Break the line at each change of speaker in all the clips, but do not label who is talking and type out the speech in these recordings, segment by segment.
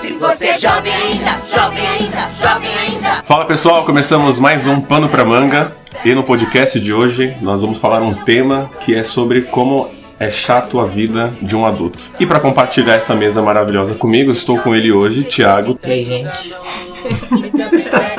Se você é jovem ainda, jovem ainda, jovem ainda.
Fala pessoal, começamos mais um Pano pra Manga. E no podcast de hoje nós vamos falar um tema que é sobre como é chato a vida de um adulto. E para compartilhar essa mesa maravilhosa comigo, estou com ele hoje, Thiago,
E aí, gente?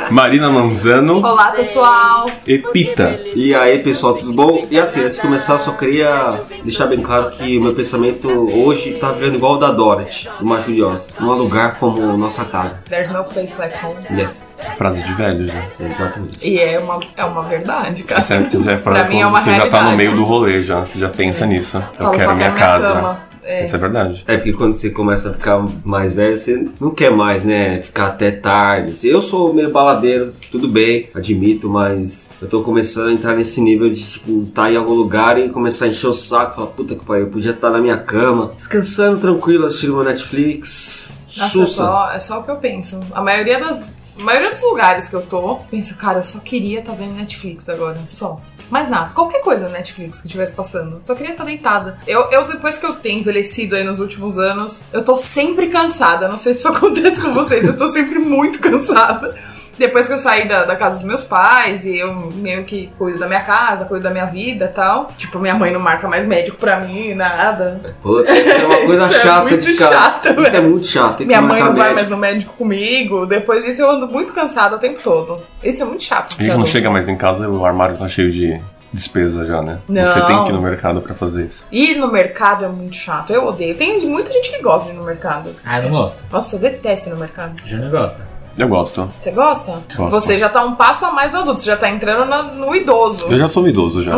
Marina Manzano
Olá, pessoal!
e Pita.
E aí pessoal, tudo bom? E assim, antes de começar, eu só queria deixar bem claro que o meu pensamento hoje tá virando igual o da Dorothy, do Mágico de Oz. Não há lugar como nossa casa.
There's no place like home.
Yes,
Frase de velho já.
exatamente.
E é uma, é uma verdade, cara.
Essa, essa já é a frase
Pra mim
quando
é uma
você já tá no
realidade.
meio do rolê já, você já pensa nisso. Eu
Fala,
quero
só
minha
quero minha
casa.
cama. É.
Essa é verdade.
É porque quando você começa a ficar mais velho, você não quer mais, né? Ficar até tarde. Assim, Eu sou meio baladeiro, tudo bem, admito, mas eu tô começando a entrar nesse nível de, tipo, tá em algum lugar e começar a encher o saco, falar, puta que pariu, eu podia estar na minha cama, descansando tranquilo, assistindo uma Netflix.
Nossa, é só, é só o que eu penso. A maioria das. A maioria dos lugares que eu tô, penso, cara, eu só queria estar vendo Netflix agora, só. Mas nada, qualquer coisa na Netflix que estivesse passando. Só queria estar deitada. Eu, eu, depois que eu tenho envelhecido aí nos últimos anos, eu tô sempre cansada. Não sei se isso acontece com vocês, eu tô sempre muito cansada. Depois que eu saí da, da casa dos meus pais e eu meio que cuido da minha casa, cuido da minha vida e tal. Tipo, minha mãe não marca mais médico pra mim, nada.
Pô, isso é uma coisa
Isso é
chata
muito
de ficar.
chato,
isso é
velho.
muito chato. Tem que
Minha mãe
marcar
não vai mais
médico.
no médico comigo. Depois disso, eu ando muito cansada o tempo todo. Isso é muito chato.
A gente não
sabe?
chega mais em casa e o armário tá cheio de despesa já, né?
Não.
Você tem que ir no mercado pra fazer isso.
Ir no mercado é muito chato. Eu odeio. Tem muita gente que gosta de ir no mercado.
Ah, eu não gosto.
Nossa, eu detesto ir no mercado.
Já não gosta.
Eu gosto.
Você gosta?
Gosto.
Você já tá um passo a mais no adulto. Você já tá entrando na- no idoso.
Eu já sou um idoso já.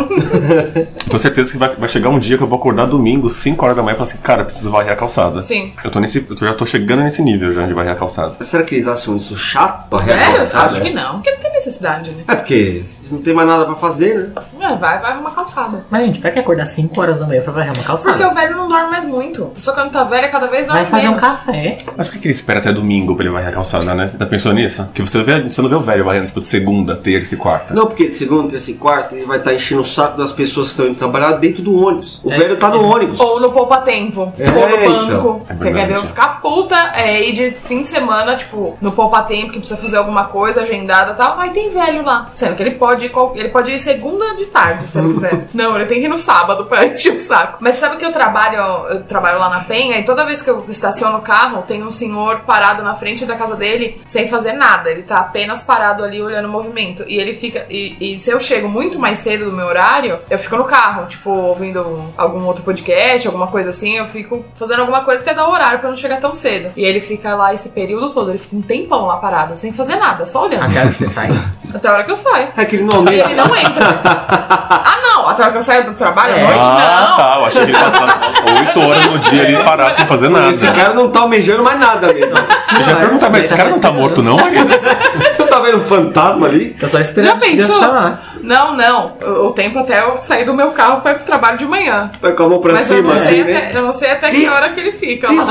Tenho certeza que vai, vai chegar um dia que eu vou acordar domingo, 5 horas da manhã, e falar assim, cara, eu preciso varrer a calçada.
Sim.
Eu tô nesse. Eu tô- já tô chegando nesse nível já de varrer a calçada.
Será que eles acham isso chato pra
é
Sério?
reacalçar?
Acho que não. Porque não tem necessidade, né?
É porque eles não tem mais nada pra fazer, né?
É, vai, vai uma calçada.
Mas, gente, pra que acordar 5 horas da manhã pra varrer uma calçada?
Porque o velho não dorme mais muito. Só que quando tá velha, cada vez dorme
Vai fazer um
menos.
café.
Mas por que, que ele espera até domingo pra ele varrer a calçada, né? Você tá pensando nisso? Que você, vê, você não vê o velho varrendo, tipo, de segunda, terça e quarta.
Não, porque de segunda, terça e quarta ele vai estar enchendo o saco das pessoas que estão indo trabalhar dentro do ônibus. O velho tá no ônibus.
É. Ou no poupa-tempo.
É,
ou no
então.
banco.
É
Você quer
verdade.
ver eu ficar puta é, e de fim de semana, tipo, no poupa-tempo, que precisa fazer alguma coisa agendada e tal. Aí tem velho lá. Sendo que ele pode ir, qual- ele pode ir segunda de tarde, se ele quiser. Não, ele tem que ir no sábado pra encher o saco. Mas sabe que eu trabalho, eu trabalho lá na Penha e toda vez que eu estaciono o carro, tem um senhor parado na frente da casa dele sem fazer nada. Ele tá apenas parado ali olhando o movimento. E ele fica. E, e se eu chego muito mais cedo do meu horário, eu fico no carro, tipo, ouvindo algum outro podcast, alguma coisa assim. Eu fico fazendo alguma coisa até dar o horário pra não chegar tão cedo. E ele fica lá esse período todo, ele fica um tempão lá parado, sem fazer nada, só
A
olhando.
Ah, cara que você sai.
Até a hora que eu saio.
É que ele não
E ele
nem.
não entra. ah, não! Até a hora que eu saio do trabalho à
É.
noite,
ah,
não!
tá. Eu achei que ele passava 8 horas no dia ali parado sem fazer nada.
Esse cara não tá almejando mais nada mesmo.
Eu já perguntava, mas esse cara não tá morto, não, Marina?
Você tá vendo um fantasma ali?
Tá só
Já
esperando o dia
pensou?
chamar.
Não, não. O o tempo até eu sair do meu carro pra ir pro trabalho de manhã.
Tá com a mão pra
Mas é eu
cima,
não, sei
assim, né?
até, eu não sei até que
Deus.
hora que ele fica lá.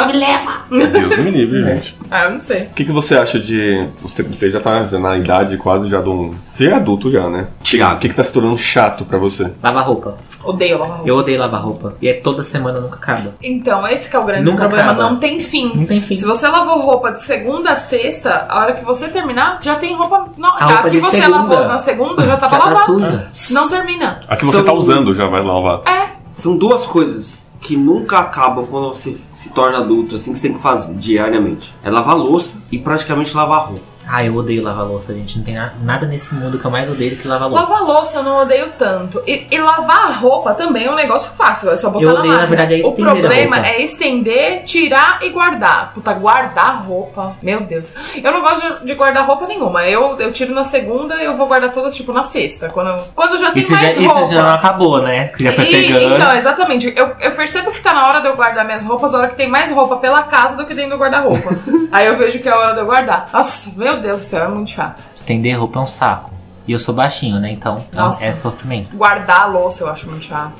Deus me livre, gente.
Ah, eu não sei.
O que, que você acha de. Você, você já tá já na idade quase já de um. Você já é adulto já, né? O
Tiago.
que, que tá se tornando chato pra você?
Lavar roupa.
Odeio lavar roupa.
Eu odeio lavar roupa. E é toda semana, nunca acaba.
Então, esse que é o grande
Nunca
problema.
acaba.
Não tem fim.
Não tem fim.
Se Hum. você lavou roupa de segunda a sexta, a hora que você terminar, já tem roupa. Não,
A roupa
que
de
você
segunda.
lavou na segunda já tava
Já tá
lavada.
suja.
não termina.
A que você
São-
tá usando já vai lavar.
São duas coisas que nunca acabam quando você se torna adulto, assim, que você tem que fazer diariamente. É lavar louça e praticamente lavar roupa.
Ah, eu odeio lavar louça, gente. Não tem na- nada nesse mundo que eu mais odeio do que lavar louça.
Lavar louça eu não odeio tanto. E, e lavar a roupa também é um negócio fácil. É só botar
Eu
na
odeio, na
máquina.
verdade, é
o
estender a
problema
roupa.
é estender, tirar e guardar. Puta, guardar roupa. Meu Deus. Eu não gosto de, de guardar roupa nenhuma. Eu, eu tiro na segunda eu vou guardar todas, tipo, na sexta. Quando, quando já tem
Isso já,
mais roupa.
isso já não acabou, né? Que já foi
E-
pegando.
Então, exatamente. Eu, eu percebo que tá na hora de eu guardar minhas roupas, a hora que tem mais roupa pela casa do que dentro do guarda-roupa. Aí eu vejo que é a hora de eu guardar. Nossa, meu Deus do céu, é muito chato.
Estender roupa é um saco. E eu sou baixinho, né? Então é-
Nossa.
é sofrimento.
Guardar a louça eu acho muito chato.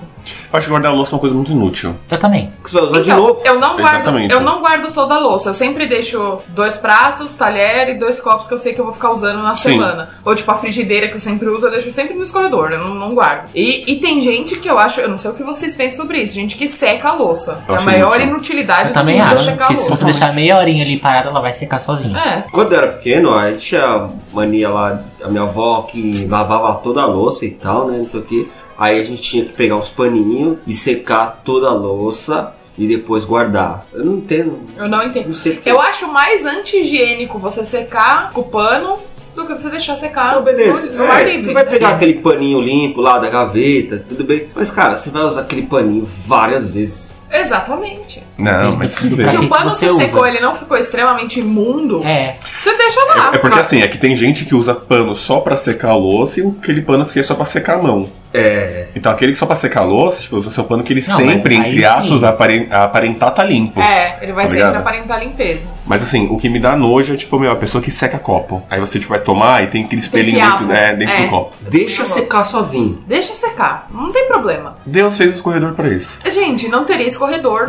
Eu acho que guardar a louça é uma coisa muito inútil.
Eu também.
Que você vai usar de
Então,
novo.
Eu não, guardo,
Exatamente.
eu não guardo toda a louça. Eu sempre deixo dois pratos, talher e dois copos que eu sei que eu vou ficar usando na
Sim.
semana. Ou tipo a frigideira que eu sempre uso, eu deixo sempre no escorredor. Eu não, não guardo. E, e tem gente que eu acho, eu não sei o que vocês pensam sobre isso, gente que seca a louça.
Eu
é a
acho
maior
inútil.
inutilidade
Eu
do
também
mundo é
acho.
secar a
Porque se
louça.
você deixar meia horinha ali parada, ela vai secar sozinha.
É.
Quando eu era pequeno, a gente tinha mania lá, a minha avó que lavava toda a louça e tal, né? Não sei o que. Aí a gente tinha que pegar os paninhos e secar toda a louça e depois guardar. Eu não entendo,
Eu não entendo.
não sei porque.
Eu acho mais anti-higiênico você secar com pano do que você deixar secar.
Não, beleza.
no- no
É,
ar livre.
você vai pegar
Sim.
aquele paninho limpo lá da gaveta, tudo bem. Mas, cara, você vai usar aquele paninho várias vezes.
Exatamente.
Não, mas tudo bem.
Se
que
o
que
pano
você
que
usa?
secou ele não ficou extremamente imundo,
É.
você deixa lá.
É porque assim, é que tem gente que usa pano só pra secar a louça e aquele pano que é só pra secar a mão.
É.
Então aquele que só pra secar a louça, tipo, usa o seu pano que ele
Não,
sempre,
mas aí
entre aspas,
sim.
vai aparen- aparentar tá limpo.
É, ele vai
Tá
sempre
ligado?
aparentar limpeza.
Mas assim, o que me dá nojo é, tipo, meu, a pessoa que seca copo. Aí você, tipo, vai tomar e tem aquele espelhinho
fiapo.
dentro, né, dentro
É.
do copo.
Deixa
Eu
secar sozinho.
Deixa secar, não tem problema.
Deus fez o escorredor pra isso.
Gente, não teria escorredor,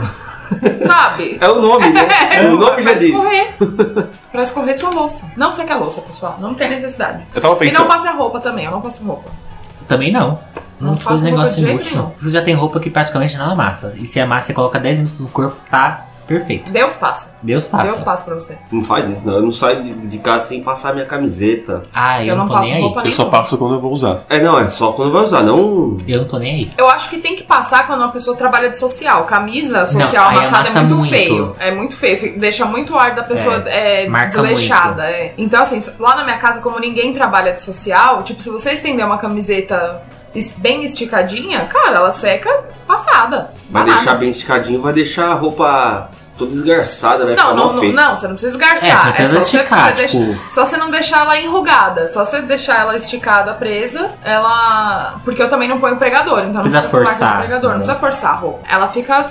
sabe?
É o nome, né? o nome já
pra
diz.
escorrer. pra escorrer sua louça. Não seca a louça, pessoal. Não tem necessidade.
Eu tava
E não
pensando.
passe a roupa também, eu não passo roupa.
Eu também não.
Não
Não fica
faço
os negócios
roupa de
inúteis,
jeito
não. Você já tem roupa que praticamente não amassa. E se amassa, você coloca 10 minutos no corpo, tá perfeito.
Deus passa.
Deus
Deus
passa.
passa pra você.
Não faz isso, não. Eu não saio de, de casa sem passar minha camiseta.
Ah, eu,
Eu
não
não
tô
passo
nem aí.
roupa
Eu só
nenhuma.
passo quando eu vou usar.
É, não, é só quando vai usar, não.
Eu não tô nem aí.
Eu acho que tem que passar quando uma pessoa trabalha de social. Camisa social
aí
amassada
amassa
é muito,
muito.
feio. É muito feio. fi- Deixa muito o ar da pessoa é,
marca
desleixada. é. Então, assim, lá na minha casa, como ninguém trabalha de social, tipo, se você estender uma camiseta es- bem esticadinha, cara, ela seca passada.
Vai
Parada.
deixar bem esticadinho, vai deixar a roupa toda esgarçada, vai
Não,
ficar
não,
mal
não,
feio.
não, você não precisa
É, você
esgarçar.
precisa
só
esticar,
você, você
tipo-
deixa- só você não deixar ela enrugada. Só você deixar ela esticada, presa, ela. Porque eu também não ponho pregador, então não
Precisa
fica com marca de
forçar,
pregador, não
né?
precisa forçar a roupa. Ela fica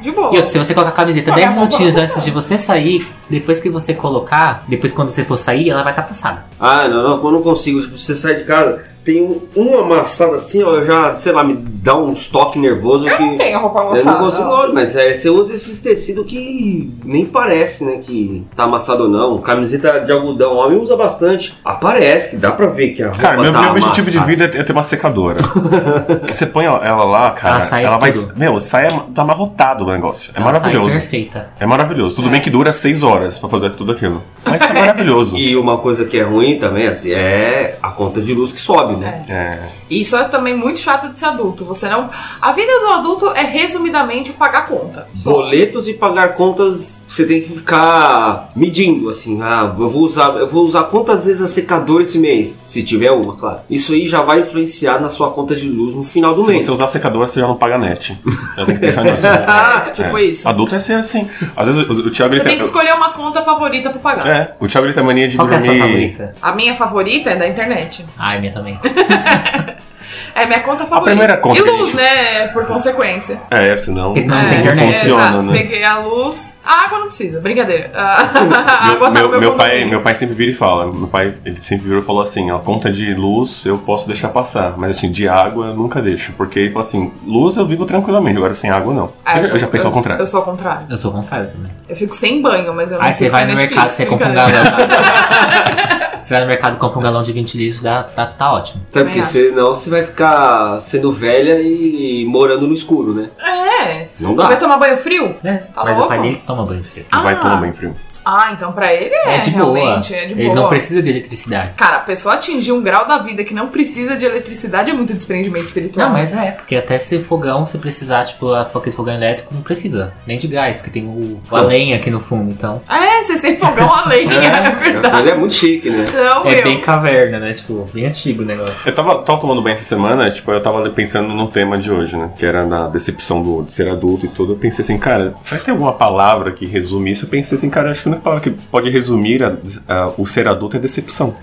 de boa.
E outra, se você colocar a camiseta
Olha,
10
a roupa
minutinhos
não
antes de você sair, depois que você colocar, depois quando você for sair, ela vai estar passada.
Ah, não, não, eu não consigo. Tipo, você sai de casa, tem um, um amassado assim, ó, eu já, sei lá, me dá um toque nervoso que.
Não tem a roupa
Eu
amassada.
não consigo, não, mas é, você usa esses tecidos que nem parece, né? Que tá amassado ou não. Camiseta de algodão, homem usa bastante. Aparece, que dá pra ver que a roupa
Cara, meu,
tá
meu objetivo de
amassada.
vida é ter uma secadora. Porque você põe ela lá, cara,
Ela sai
vai.
tudo.
Meu, sai, tá amarrotado o negócio. É
Ela
maravilhoso.
Sai perfeita.
É maravilhoso. Tudo bem que dura seis horas pra fazer tudo aquilo. Mas é maravilhoso.
E uma coisa que é ruim também, assim, é a conta de luz que sobe, né?
É.
Isso é também muito chato de ser adulto. Você não. A vida do adulto é resumidamente pagar conta. Só.
Boletos e pagar contas, você tem que ficar medindo, assim, ah, eu vou usar, eu vou usar quantas vezes a secadora esse mês, se tiver uma, claro. Isso aí já vai influenciar na sua conta de luz no final do
Se
mês.
você usar secadora, você já não paga net. Eu tenho que pensar nisso.
É, tipo
É.
isso.
Adulto é ser assim. Às vezes o, o Thiago ele
Você tem que
tem.
escolher uma conta favorita pra pagar.
É, o Thiago ele tem mania de
Qual que é a sua
dormir.
favorita?
A minha favorita é da internet.
Ai, minha também.
É minha conta favorita.
primeira conta
E
que a
luz,
gente-
né? Por consequência.
É, senão.
Porque senão não
é,
tem internet.
Não funciona,
exato.
né?
Tem que ir a luz. A água não precisa, brincadeira. A a
Meu-
água tá
meu,
no meu,
meu pai, é
condomínio.
meu pai sempre vira e fala. Meu pai, ele sempre virou e falou assim: ó, conta de luz eu posso deixar passar, mas assim, de água eu nunca deixo. Porque ele fala assim: luz eu vivo tranquilamente, agora sem água não.
Ah,
eu, já- eu já
sou-
penso ao
eu- Eu
contrário.
sou ao contrário.
Eu sou o contrário também.
Eu fico sem banho, mas eu não
Aí você
fico
vai
sem
no
Netflix,
mercado, você compra um
brincadeira.
galão. Você vai no mercado e compra um galão de 20 litros, dá, tá, tá ótimo.
Até porque
É.
senão você vai ficar sendo velha e morando no escuro, né?
É.
Não
Vai
Tá.
dá.
tomar banho frio?
É,
Tá
mas
louco?
o pai dele toma banho frio.
Não vai
Ah.
tomar banho frio.
Ah, então pra ele é,
É de boa.
realmente, é de boa.
Ele não precisa de eletricidade.
Cara, a pessoa atingir um grau da vida que não precisa de eletricidade é muito desprendimento espiritual.
Não, mas é, porque até se fogão, se precisar, tipo, a- aquele fogão elétrico, não precisa. Nem de gás, porque tem o, a lenha aqui no fundo, então.
É, vocês têm fogão a lenha, é verdade.
Ele é muito chique, né?
Não,
É
meu.
bem caverna, né? Tipo, bem antigo o negócio.
Eu tava, tava tomando banho essa semana, tipo, eu tava pensando no tema de hoje, né? Que era na decepção do, de ser adulto e tudo. Eu pensei assim, cara, será que tem alguma palavra que resume isso? Eu pensei assim, cara, acho que a única palavra que pode resumir a- a- o ser adulto é decepção.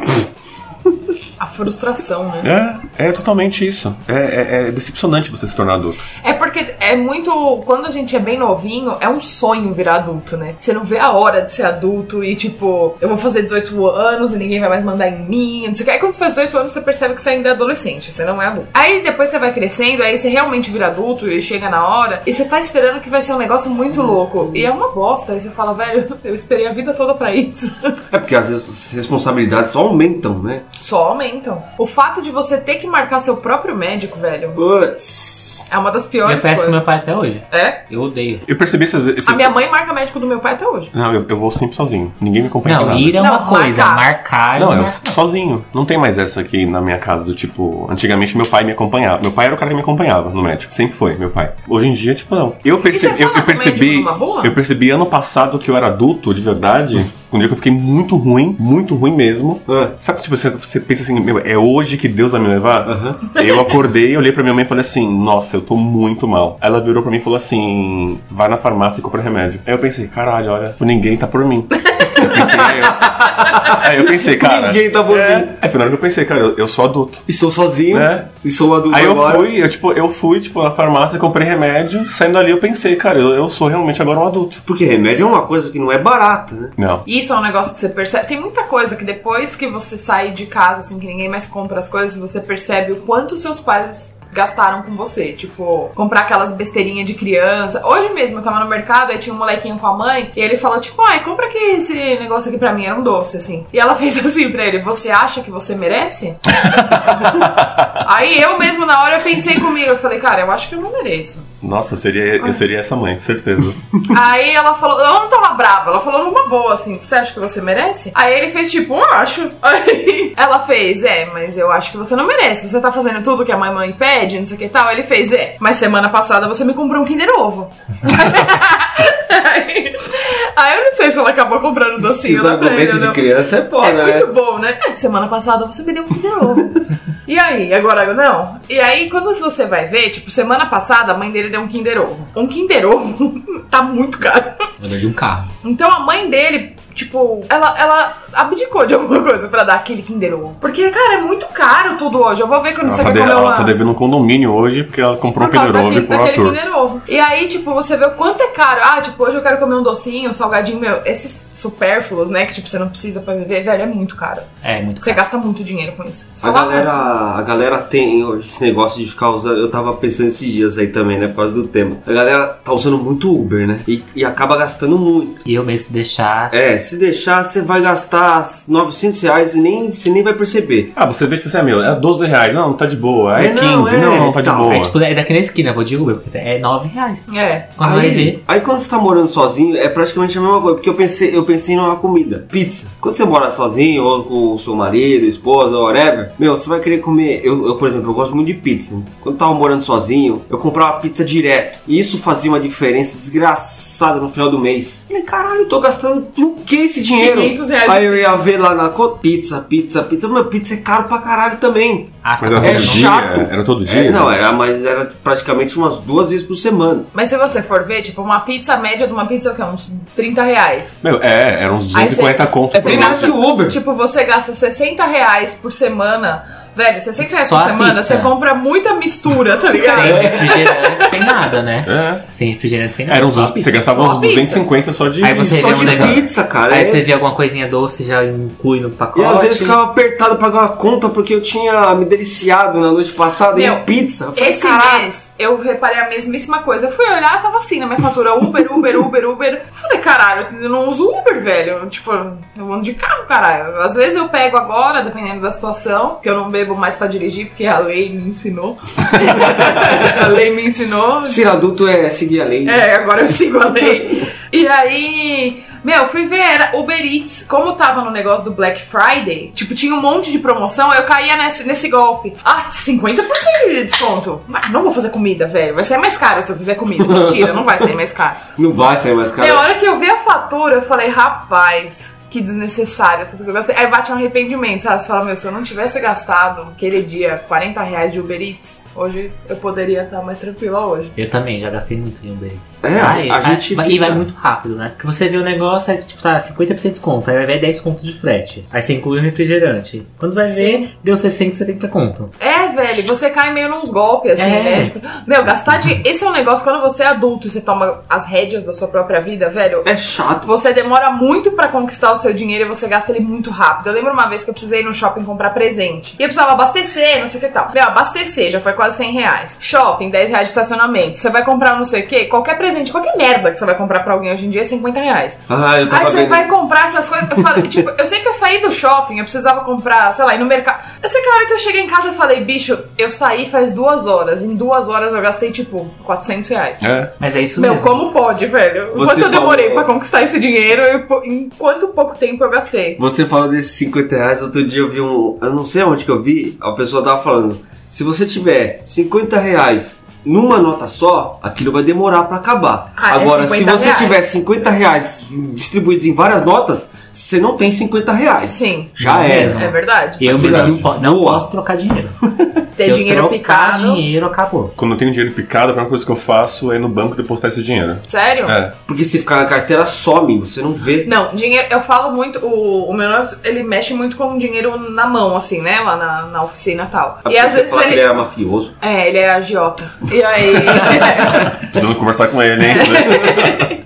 A frustração, né?
É, é totalmente isso. É, é- é decepcionante você se tornar adulto.
É porque é muito. Quando a gente é bem novinho, é um sonho virar adulto, né? Você não vê a hora de ser adulto e, tipo, eu vou fazer 18 anos e ninguém vai mais mandar em mim, não sei o que. Aí quando você faz 18 anos, você percebe que você ainda é adolescente, você não é adulto. Aí depois você vai crescendo, aí você realmente vira adulto e chega na hora, e você tá esperando que vai ser um negócio muito louco. E é uma bosta. Aí você fala, velho, eu esperei a vida toda pra isso.
É porque às vezes as responsabilidades só aumentam, né?
Só aumentam. O fato de você ter que marcar seu próprio médico, velho,
Putz.
é uma das
Eu
piores
peço
coisas.
pro meu pai até hoje.
É?
Eu odeio.
Eu percebi esses. esses...
A minha mãe marca médico do meu pai até hoje.
Não, eu, eu vou sempre sozinho. Ninguém me acompanha em
Não,
nada.
ir é
Não,
uma coisa, marcar,
Não,
é
eu
né?
uma-
sozinho. Não tem mais essa aqui na minha casa do tipo. Antigamente meu pai me acompanhava. Meu pai era o cara que me acompanhava no médico. Sempre foi, meu pai. Hoje em dia, tipo, não. Eu percebi.
você
Eu,
fala
eu
com o médico
percebi.
numa boa?
Eu percebi ano passado que eu era adulto de verdade. Um dia que eu fiquei muito ruim, muito ruim mesmo.
Ah,
Sabe, tipo, você, você pensa assim, meu, é hoje que Deus vai me levar?
Aham.
Eu acordei, olhei pra minha mãe e falei assim, nossa, eu tô muito mal. Ela virou pra mim e falou assim, vai na farmácia e compra remédio. Aí eu pensei, caralho, olha, ninguém tá por mim. Eu pensei, é eu. Aí eu pensei, cara...
Ninguém tá por
é,
mim.
Aí foi na hora que eu pensei, cara, eu, eu sou adulto.
Estou sozinho
É.
e sou um adulto
Aí eu
agora.
fui, eu, tipo, eu fui, tipo, na farmácia, comprei remédio. Saindo ali eu pensei, cara, eu, eu sou realmente agora um adulto.
Porque remédio é uma coisa que não é barata, né?
Não.
Isso é um negócio que você percebe. Tem muita coisa que depois que você sai de casa, assim, que ninguém mais compra as coisas, você percebe o quanto seus pais gastaram com você. Tipo, comprar aquelas besteirinhas de criança. Hoje mesmo eu tava no mercado e tinha um molequinho com a mãe e ele falou, tipo, ai, compra aqui esse negócio aqui pra mim, era um doce, assim. E ela fez assim pra ele, você acha que você merece? Aí eu mesmo na hora eu pensei comigo, eu falei, cara, eu acho que eu não mereço.
Nossa, eu seria, eu seria essa mãe, certeza.
Aí ela falou, ela não tava brava, ela falou numa boa, assim, você acha que você merece? Aí ele fez tipo, eu acho. Aí ela fez, é, mas eu acho que você não merece, você tá fazendo tudo que a mamãe pede, não sei o que e tal. Ele fez, é, mas semana passada você me comprou um Kinder Ovo. aí, aí eu não sei se ela acabou comprando docinho
Esses
lá pra ele,
argumentos de
né?
criança é
É
foda, né?
muito bom, né? É, semana passada você me deu um Kinder Ovo. e aí? Agora eu não? E aí, quando você vai ver, tipo, semana passada a mãe dele deu um Kinder Ovo. Um Kinder Ovo tá muito caro.
Melhor de um carro.
Então a mãe dele, tipo, ela, ela abdicou de alguma coisa pra dar aquele Kinder Ovo. Porque, cara, é muito caro tudo hoje. Eu vou ver quando
Ela
você
tá,
quer
de-
comer
ela
uma...
tá devendo um condomínio hoje porque ela comprou
Por
o
causa
Kinder Ovo
daquele,
e pro
daquele
ator.
Kinder Ovo. E aí, tipo, você vê o quanto é caro. Ah, tipo, hoje eu quero comer um docinho, um salgadinho, meu. Esses supérfluos, né? Que, tipo, você não precisa pra viver, velho, é muito caro.
É, muito
Você
caro.
gasta muito dinheiro com isso. Você
A
fala,
galera, a galera tem hoje esse negócio de ficar usando. Eu tava pensando esses dias aí também, né? Por causa do tema. A galera tá usando muito Uber, né? E, e acaba gastando muito.
E eu mesmo se deixar.
É, se deixar, você vai gastar 900 reais e nem, você nem vai perceber.
Ah, você vê, tipo assim, ah, meu, é 12 reais. Não, não tá de boa. É,
É,
15.
não, é,
não, não tá de
então,
boa.
É tipo, é daqui na esquina, vou de Uber, porque é 9 reais.
É.
Quando vai ver.
aí quando você tá morando sozinho, é praticamente a mesma coisa. Porque eu pensei, eu pensei numa comida. Pizza. Quando você mora sozinho, ou com o seu marido, esposa, whatever, meu, você vai querer comer. Eu, eu, por exemplo, eu gosto muito de pizza. né? Quando eu tava morando sozinho, eu comprava pizza direto. E isso fazia uma diferença desgraçada no final do mês. Falei, caralho, eu tô gastando no que esse dinheiro?
500 reais
Aí eu ia ver lá na conta, pizza, pizza, pizza. Mas pizza é caro pra caralho também.
Ah,
Mas era
É
todo dia?
chato.
Era todo dia?
É, não, era, mas era praticamente umas duas vezes por semana.
Mas se você for ver, tipo, uma pizza média de uma pizza é o quê? Uns 30 reais.
Meu, é, eram uns
Aí você-
250 conto
aí
por
você
Bem mais
mês.
que o Uber.
Tipo, você gasta 60 reais por semana. Velho, 60 reais
Só
por
a
semana,
pizza.
você compra muita mistura, tá ligado?
Sem refrigerante, sem nada, né?
É.
Sem refrigerante, sem nada.
Era uns,
só a
você
pizza.
gastava
só
uns
a pizza.
250 só de.
Aí você
Só
vê um
de
negócio.
pizza, cara.
Aí
é-
você vê alguma coisinha doce, já inclui no
E
pacote.
às vezes ficava apertado pra pagar a conta porque eu tinha me deliciado na noite passada
Meu,
em pizza. Eu falei,
Esse
"Caralho".
mês eu reparei a mesmíssima coisa. Eu fui olhar, tava assim na minha fatura: Uber, Uber, Uber, Uber. Eu Falei, caralho, eu não uso Uber, velho. Tipo, eu ando de carro, caralho. Às vezes eu pego agora, dependendo da situação, que eu não bebo mais pra dirigir, porque a lei me ensinou. a lei me ensinou.
Ser adulto é seguir a lei.
É, agora eu sigo a lei. E aí. Meu, fui ver, era Uber Eats. Como tava no negócio do Black Friday, tipo, tinha um monte de promoção, eu caía nesse, nesse golpe. Ah, 50% de desconto. Ah, não vou fazer comida, velho. Vai sair mais caro se eu fizer comida. Mentira, não vai sair mais caro.
Não vai sair mais
Meu, a
caro.
hora que eu vi a fatura, eu falei, rapaz, o que desnecessário tudo que eu gastei. Aí bate um arrependimento, sabe? Você fala, meu, se eu não tivesse gastado aquele dia 40 reais de Uber Eats, hoje eu poderia estar mais tranquila hoje.
Eu também, já gastei muito em Uber Eats.
É,
Ai,
a
vai-
gente
vai- E
fica-
vai muito rápido, né? Porque você vê o negócio, aí tipo, tá 50% de desconto, aí vai ver 10 conto de frete. Aí você inclui o refrigerante. Quando vai ver, deu 60, 70 conto.
É, velho, você cai meio nos golpes, assim,
É.
né? Tipo, meu, gastar de. Esse é um negócio quando você é adulto e você toma as rédeas da sua própria vida, velho.
É chato.
Você demora muito pra conquistar o seu dinheiro e você gasta ele muito rápido. Eu lembro uma vez que eu precisei ir no shopping comprar presente. E eu precisava abastecer, não sei o que e tal. Meu, abastecer já foi quase 100 reais. Shopping, 10 reais de estacionamento. Você vai comprar não sei o que, qualquer presente, qualquer merda que você vai comprar pra alguém hoje em dia é 50 reais.
Ah, eu
Aí
tava
você
vendo.
vai comprar essas coisas. Eu falei, tipo, eu sei que eu saí do shopping, eu precisava comprar, sei lá, ir no mercado. Eu sei que a hora que eu cheguei em casa eu falei, bicho, eu saí faz duas horas. Em duas horas eu gastei, tipo, 400 reais.
É.
Mas é isso
Meu,
mesmo.
como pode, velho?
Você
Quanto eu demorei
falou-
pra conquistar esse dinheiro e po- em quanto pouco tempo eu gastei?
Você falou desses 50 reais, outro dia eu vi um. Eu não sei onde que eu vi, a pessoa tava falando. Se você tiver 50 reais numa nota só, aquilo vai demorar pra acabar.
Ah, é
Agora, se
50
você
reais.
tiver 50 reais distribuídos em várias notas, você não tem 50 reais.
Sim,
Já
Não
era.
mesmo.
é verdade.
Eu
Aquilo
mesmo
ali
não, po- não
voa.
posso trocar dinheiro.
Ter
Se eu
dinheiro
trocar
picado.
dinheiro, acabou.
Quando eu tenho dinheiro picado, a primeira coisa que eu faço é ir no banco depositar esse dinheiro.
Sério?
É.
Porque se ficar na carteira, some, você não vê.
Não, dinheiro, eu falo muito, o, o meu noivo, ele mexe muito com dinheiro na mão, assim, né? Lá na, na oficina e tal.
A
E
pessoa
às vezes
fala que
ele.
ele era mafioso.
É, ele é agiota. E aí.
Precisando conversar com ele, hein?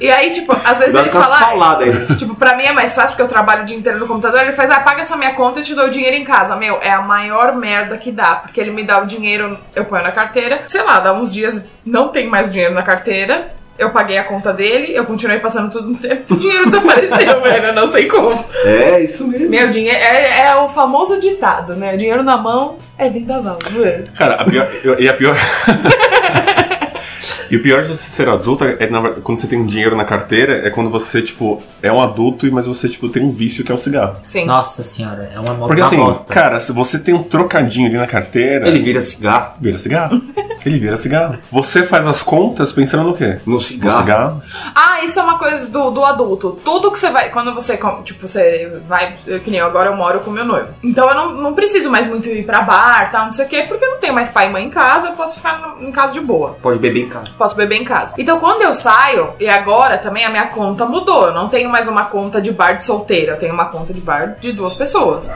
e aí, tipo, às vezes
Cuidado
ele
com as
fala.
pauladas aí.
"Ah, Tipo, pra mim é mais fácil porque eu trabalho o dia inteiro no computador. Ele faz, ah, paga essa minha conta e te dou o dinheiro em casa. Meu, é a maior merda que dá. Porque ele me dá o dinheiro, eu ponho na carteira. Sei lá, dá uns dias, não tem mais dinheiro na carteira. Eu paguei a conta dele, eu continuei passando tudo no tempo. O dinheiro desapareceu, velho. Eu não sei como.
É, isso mesmo.
Meu, dinheiro. É, é o famoso ditado, né? Dinheiro na mão é vendaval. zoeira.
Cara, a pior. eu- E a pior. E o pior de você ser adulto é na verdade, quando você tem dinheiro na carteira, é quando você, tipo, é um adulto, mas você, tipo, tem um vício que é o cigarro.
Sim.
Nossa senhora, é uma moda
Porque
uma
assim,
bosta.
cara, se você tem um trocadinho ali na carteira,
Ele vira cigarro.
vira cigarro. Ele vira cigarro. Você faz as contas pensando no quê?
No
No
cigarro.
cigarro.
Ah, isso é uma coisa do, do adulto. Tudo que você vai. Quando você. com- Tipo, você vai. eu- Que nem eu agora eu moro com meu noivo. Então eu não, não preciso mais muito ir pra bar, tal, não sei o quê, porque eu não tenho mais pai e mãe em casa, eu posso ficar no- em casa de boa.
Pode beber em casa.
Posso beber em casa. Então quando eu saio, e agora também a minha conta mudou. Eu não tenho mais uma conta de bar de solteira, eu tenho uma conta de bar de duas pessoas.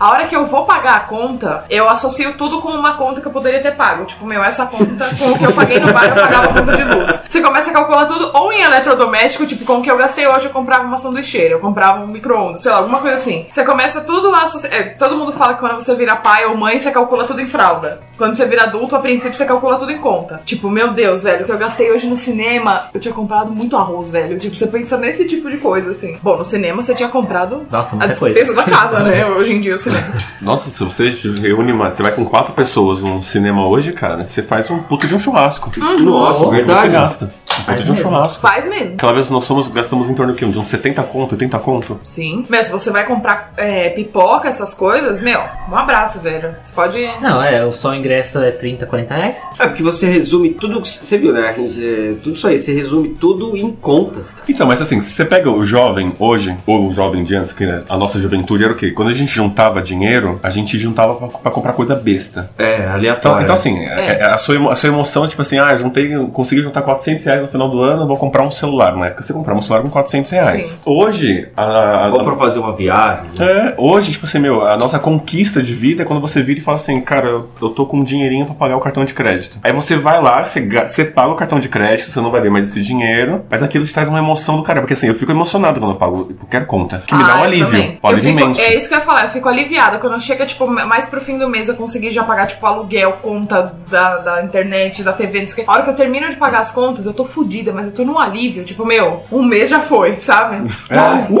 A hora que eu vou pagar a conta, eu associo tudo com uma conta que eu poderia ter pago. Tipo, meu, essa conta com o que eu paguei no bar, eu pagava a conta de luz. Você começa a calcular tudo ou em eletrodoméstico, tipo, com o que eu gastei hoje, eu comprava uma sanduicheira, eu comprava um micro-ondas, sei lá, alguma coisa assim. Você começa tudo a associar. é, todo mundo fala que quando você vira pai ou mãe, você calcula tudo em fralda. Quando você vira adulto, a princípio você calcula tudo em conta. Tipo, meu Deus, velho, o que eu gastei hoje no cinema, eu tinha comprado muito arroz, velho. Tipo, você pensa nesse tipo de coisa, assim. Bom, no cinema você tinha comprado
Nossa,
a
muita coisa.
despesa da casa, né? Hoje em dia o cinema.
Nossa, se você reúne uma. Você vai com quatro pessoas num cinema hoje, cara, você faz um puto de um churrasco.
Nossa,
Oh,
Você
verdade.
gasta. Um puto de um churrasco.
Faz mesmo.
Aquela vez nós somos, gastamos em torno de, quê? de uns 70 conto, 80 conto.
Sim. Meu, se você vai comprar é, pipoca, essas coisas, meu, um abraço, velho. Você pode.
Não, é, o só o ingresso é 30, 40 reais.
É porque você resume tudo. que Você viu, né? A gente, é, tudo isso aí. Você resume tudo em contas, cara.
Então, mas assim, se você pega o jovem hoje, ou o jovem de antes, que era- a nossa juventude era o quê? Quando a gente juntava dinheiro, a gente juntava pra, pra comprar coisa besta.
É,
Então,
aleatório.
então assim, é- é a, sua, emo- a sua emoção, tipo assim, ah, eu juntei, consegui juntar 400 reais no final do ano, eu vou comprar um celular. Na época você comprava um celular com 400 reais.
Sim.
Hoje, a, a-
Ou pra fazer uma viagem. né?
então é, hoje, tipo assim, meu, a nossa conquista de vida é quando você vira e fala assim, cara, eu, eu tô com um dinheirinho pra pagar o cartão de crédito. Aí você vai lá, você, ga- você paga o cartão de crédito, você não vai ver mais esse dinheiro, mas aquilo te traz uma emoção do cara. Porque assim, eu fico emocionado quando eu pago qualquer conta. Que me dá
Ah,
um
eu
alívio.
também.
Um
Eu
alívio
fico-
imenso.
É isso que eu ia falar, eu fico aliviada. Quando chega, tipo, mais pro fim do mês, eu consegui já pagar, tipo, aluguel, conta da, da internet, da TV, não sei o quê. A hora que eu termino de pagar as contas, eu tô fodida, mas eu tô num alívio. Tipo, meu, um mês já foi, sabe?
É.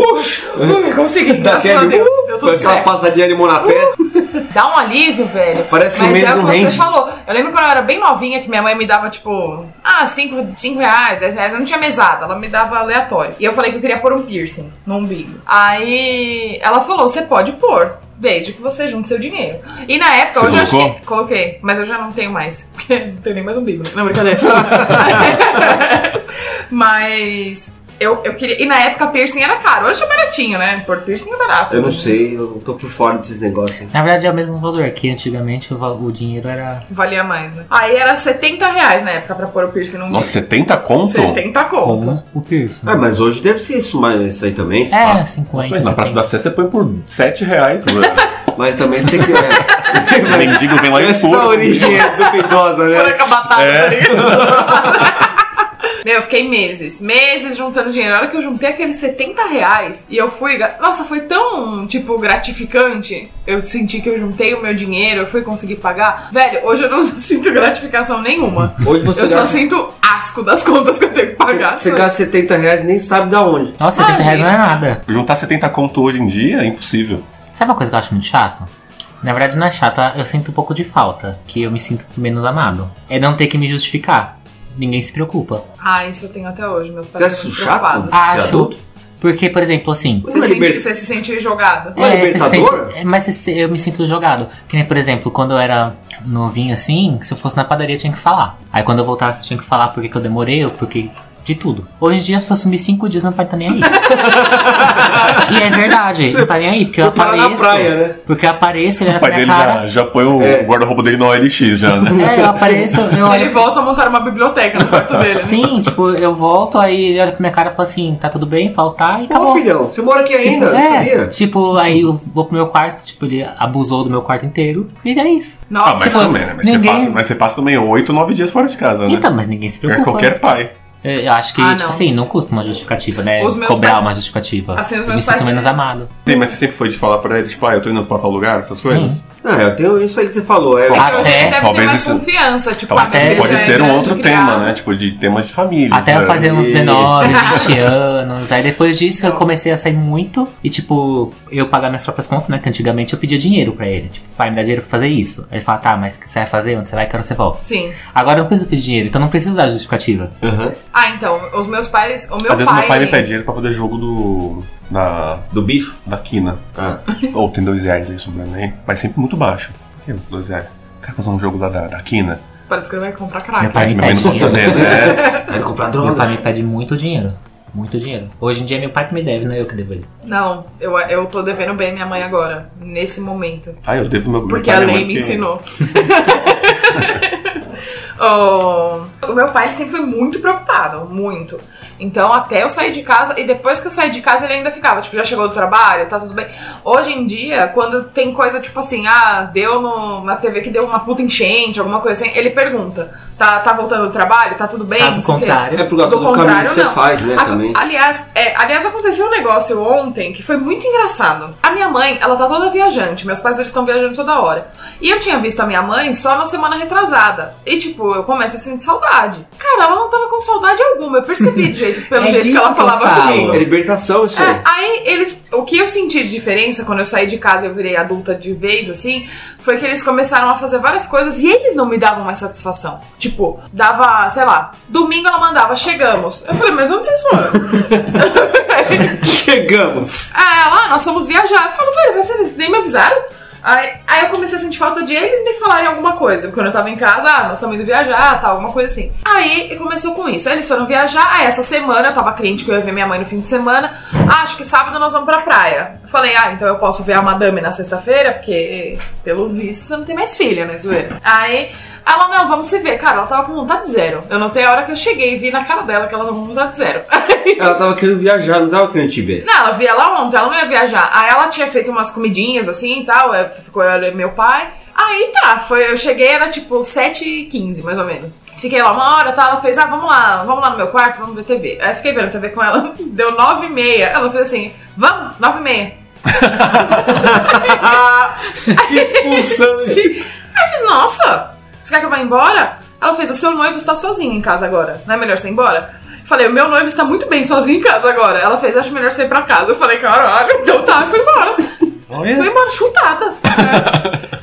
Ui, consegui, graças a
Daquele,
Deus.
uh,
Deu
com
tudo
aquela
certo.
passadinha de mão na testa.
Dá um alívio, velho.
Parece que o
Mas
mês
é o
não
que você
rende.
falou. Eu lembro quando eu era bem novinha que minha mãe me dava, tipo, ah, 5 reais, 10 reais. Eu não tinha mesada, ela me dava aleatório. E eu falei que eu queria pôr um piercing no umbigo. Aí ela falou: você pode pôr. Desde que você junte seu dinheiro. E na época,
Você
hoje eu acho
colocou?
que. Coloquei, mas eu já não tenho mais. né? Porque não tenho nem mais umbigo. Não, brincadeira. mas. eu- Eu, eu queria. E na época piercing era caro. Hoje é baratinho, né? Por piercing é barato.
Eu não sei, eu tô por fora desses negócios. hein.
Na verdade é o mesmo valor que antigamente o, val- o dinheiro era.
Valia mais, né? Aí era 70 reais na época pra pôr o piercing num
Nossa, 70 conto?
70 conto.
Como o piercing.
Ah, mas hoje deve ser isso, mais, isso aí também, se
É,
pá.
50.
Na Praça da Sé você põe por 7 reais. mano.
Mas também você tem que. É,
O mendigo vem lá e
Essa
fura.
origem é duvidosa, né?
Fora com a batata,
É.
tá ligado? Meu, eu fiquei meses, meses juntando dinheiro. A hora que eu juntei aqueles 70 reais e eu fui. ga- Nossa, foi tão, tipo, gratificante. Eu senti que eu juntei o meu dinheiro, eu fui conseguir pagar. Velho, hoje eu não sinto gratificação nenhuma.
Hoje você
eu só
gasta,
sinto asco das contas que eu tenho que pagar.
você gasta 70 reais e nem sabe da onde.
Nossa, 70 reais não é nada.
Juntar 70 conto hoje em dia é impossível.
Sabe uma coisa que eu acho muito chato? Na verdade não é chata, eu sinto um pouco de falta, que eu me sinto menos amado. É não ter que me justificar. Ninguém se preocupa.
Ah, isso eu tenho até hoje, meus
Você
pais.
acha
são
isso
muito
chato?
preocupados.
Ah,
Você é
Acho.
adulto?
Porque, por exemplo, assim.
Você,
Mas
sente-
liber-
você se sente jogado.
Não é
você se
libertador?
sente- é, mas você se- eu me sinto jogado. Que nem, por exemplo, quando eu era novinho assim, se eu fosse na padaria eu tinha que falar. Aí quando eu voltasse eu tinha que falar porque que eu demorei, ou porque. De tudo. Hoje em dia, se eu sumir cinco dias, não vai estar nem aí. e é verdade, não tá nem aí, porque eu
Foi parar na
apareço.
praia, né?
Porque eu apareço,
O
ele
É
olha
pai
pra minha
dele
cara.
já, já põe o
É.
guarda-roupa dele na OLX já, né?
É, eu apareço, eu
Ele
é-
olho.
volta a montar uma biblioteca no
Ah,
quarto dele. né?
Sim, tipo, eu volto, aí ele olha pra minha cara e fala assim, tá tudo bem? Fala, tá,
Ô,
e acabou.
filhão, você mora aqui
Tipo,
ainda,
é,
sabia?
tipo, aí eu vou pro meu quarto, tipo, ele abusou do meu quarto inteiro, e é isso.
Nossa,
Ah, mas
tipo,
também, né? Mas,
ninguém-
você passa, mas você passa também 8, 9 dias fora de casa, né?
Então, mas ninguém se
é
preocupa.
qualquer pai.
Eu eu acho que,
Ah,
tipo
não.
assim, não custa uma justificativa, né?
Os meus
Cobrar
pais-
uma justificativa.
Assim, os
eu
meus
me sinto
pais-
menos amado.
Sim, mas você sempre foi de falar pra ele, tipo, ah, eu tô indo pra tal lugar, essas
Sim.
coisas?
Ah, eu tenho isso aí que você falou. É,
Ah,
Porque hoje
Até-
ele deve
talvez
ter mais
isso-
confiança. Tipo,
Talvez
ah,
até-
isso
meu
pode
filho já é
ser um
grande,
outro
que
tema,
dá.
né? Tipo, de temas de família. né?
Até eu
sabe?
fazer uns
Isso.
19, 20 anos. Aí depois disso que eu comecei a sair muito. E tipo, eu pagar minhas próprias contas, né? Que antigamente eu pedia dinheiro pra ele. Tipo, pai, me dá dinheiro pra fazer isso. Aí ele fala, tá, mas o que você vai fazer? Onde você vai? Que hora você volta?
Sim.
Agora eu não preciso pedir dinheiro, então não preciso dar justificativa.
Aham.
Ah, então, os meus pais. O meu
Às
pai.
vezes meu pai me pede dinheiro pra fazer jogo do. na.
Do bicho?
da quina.
Ah,
Ou tem dois reais aí sobrando aí, mas sempre muito baixo. Por que dois reais? Quero fazer um jogo lá da, da quina.
Parece que ele vai comprar
Meu
crack.
pai
É que
me
minha mãe
pede
não pode
dinheiro.
saber, né?
tá indo comprar
Meu pai me
drogas.
pede muito dinheiro. Muito dinheiro. Hoje em dia meu pai que me deve, não é eu que devo ele.
Não, eu, eu tô devendo bem a minha mãe agora, nesse momento.
Ah, eu devo meu meu
Porque
pai e
a
minha
lei
mãe que-
me ensinou. Oh, o meu pai ele sempre foi muito preocupado, muito. Então, até eu sair de casa, e depois que eu saí de casa, ele ainda ficava, tipo, já chegou do trabalho, tá tudo bem. Hoje em dia, quando tem coisa tipo assim, ah, deu no- na TV que deu uma puta enchente, alguma coisa assim, ele pergunta, tá, tá voltando do trabalho, tá tudo bem?
Caso
Não sei o quê.
contrário.
É por
Do
causa do, caminho
contrário,
que você
não.
faz, né,
A-
também.
aliás, é, aliás, aconteceu um negócio ontem que foi muito engraçado. A minha mãe, ela tá toda viajante. Meus pais, eles estão viajando toda hora. E eu tinha visto a minha mãe só na semana retrasada. E, tipo, eu começo a sentir saudade. Cara, ela não tava com saudade alguma. Eu percebi do jeito, pelo
É
jeito que
disso
ela
que eu
falava
falo.
comigo.
É libertação isso
É,
aí.
aí eles. O que eu senti de diferença quando eu saí de casa e eu virei adulta de vez, assim, foi que eles começaram a fazer várias coisas e eles não me davam mais satisfação. Tipo, dava, sei lá, domingo ela mandava, chegamos. Eu falei, mas onde vocês foram? É.
Chegamos.
ah, lá, nós fomos viajar. Eu falo, velho, mas vocês nem me avisaram? Aí, aí eu comecei a sentir falta de eles me falarem alguma coisa. Quando eu tava em casa, ah, nós estamos indo viajar, tal, alguma coisa assim. Aí começou com isso. Aí eles foram viajar, aí essa semana eu tava crente que eu ia ver minha mãe no fim de semana. Ah, acho que sábado nós vamos pra praia. Eu falei, ah, então eu posso ver a madame na sexta-feira, porque pelo visto você não tem mais filha, né, zoeira? Aí ela, não, vamos se ver. Cara, ela tava com vontade zero. Eu notei a hora que eu cheguei e vi na cara dela que ela tava com vontade zero.
Ela tava querendo viajar, não tava querendo te ver.
Não, ela via lá ontem, ela não ia viajar. Aí ela tinha feito umas comidinhas assim e tal, eu- ficou ela e meu pai. Aí tá, foi, eu cheguei, era tipo 7h15, mais ou menos. Fiquei lá uma hora, tá? Ela fez, ah, vamos lá, vamos lá no meu quarto, vamos ver TV. Aí fiquei vendo TV com ela, deu 9h30. Ela fez assim, vamos, 9h30.
te expulsando.
Aí eu fiz, nossa, você quer que eu vá embora? Ela fez, o seu noivo está sozinho em casa agora, não é melhor você ir embora? Falei, o meu noivo está muito bem sozinho em casa agora. Ela fez, acho melhor você ir pra casa. Eu falei, caralho, então tá, fui embora. Fui embora chutada.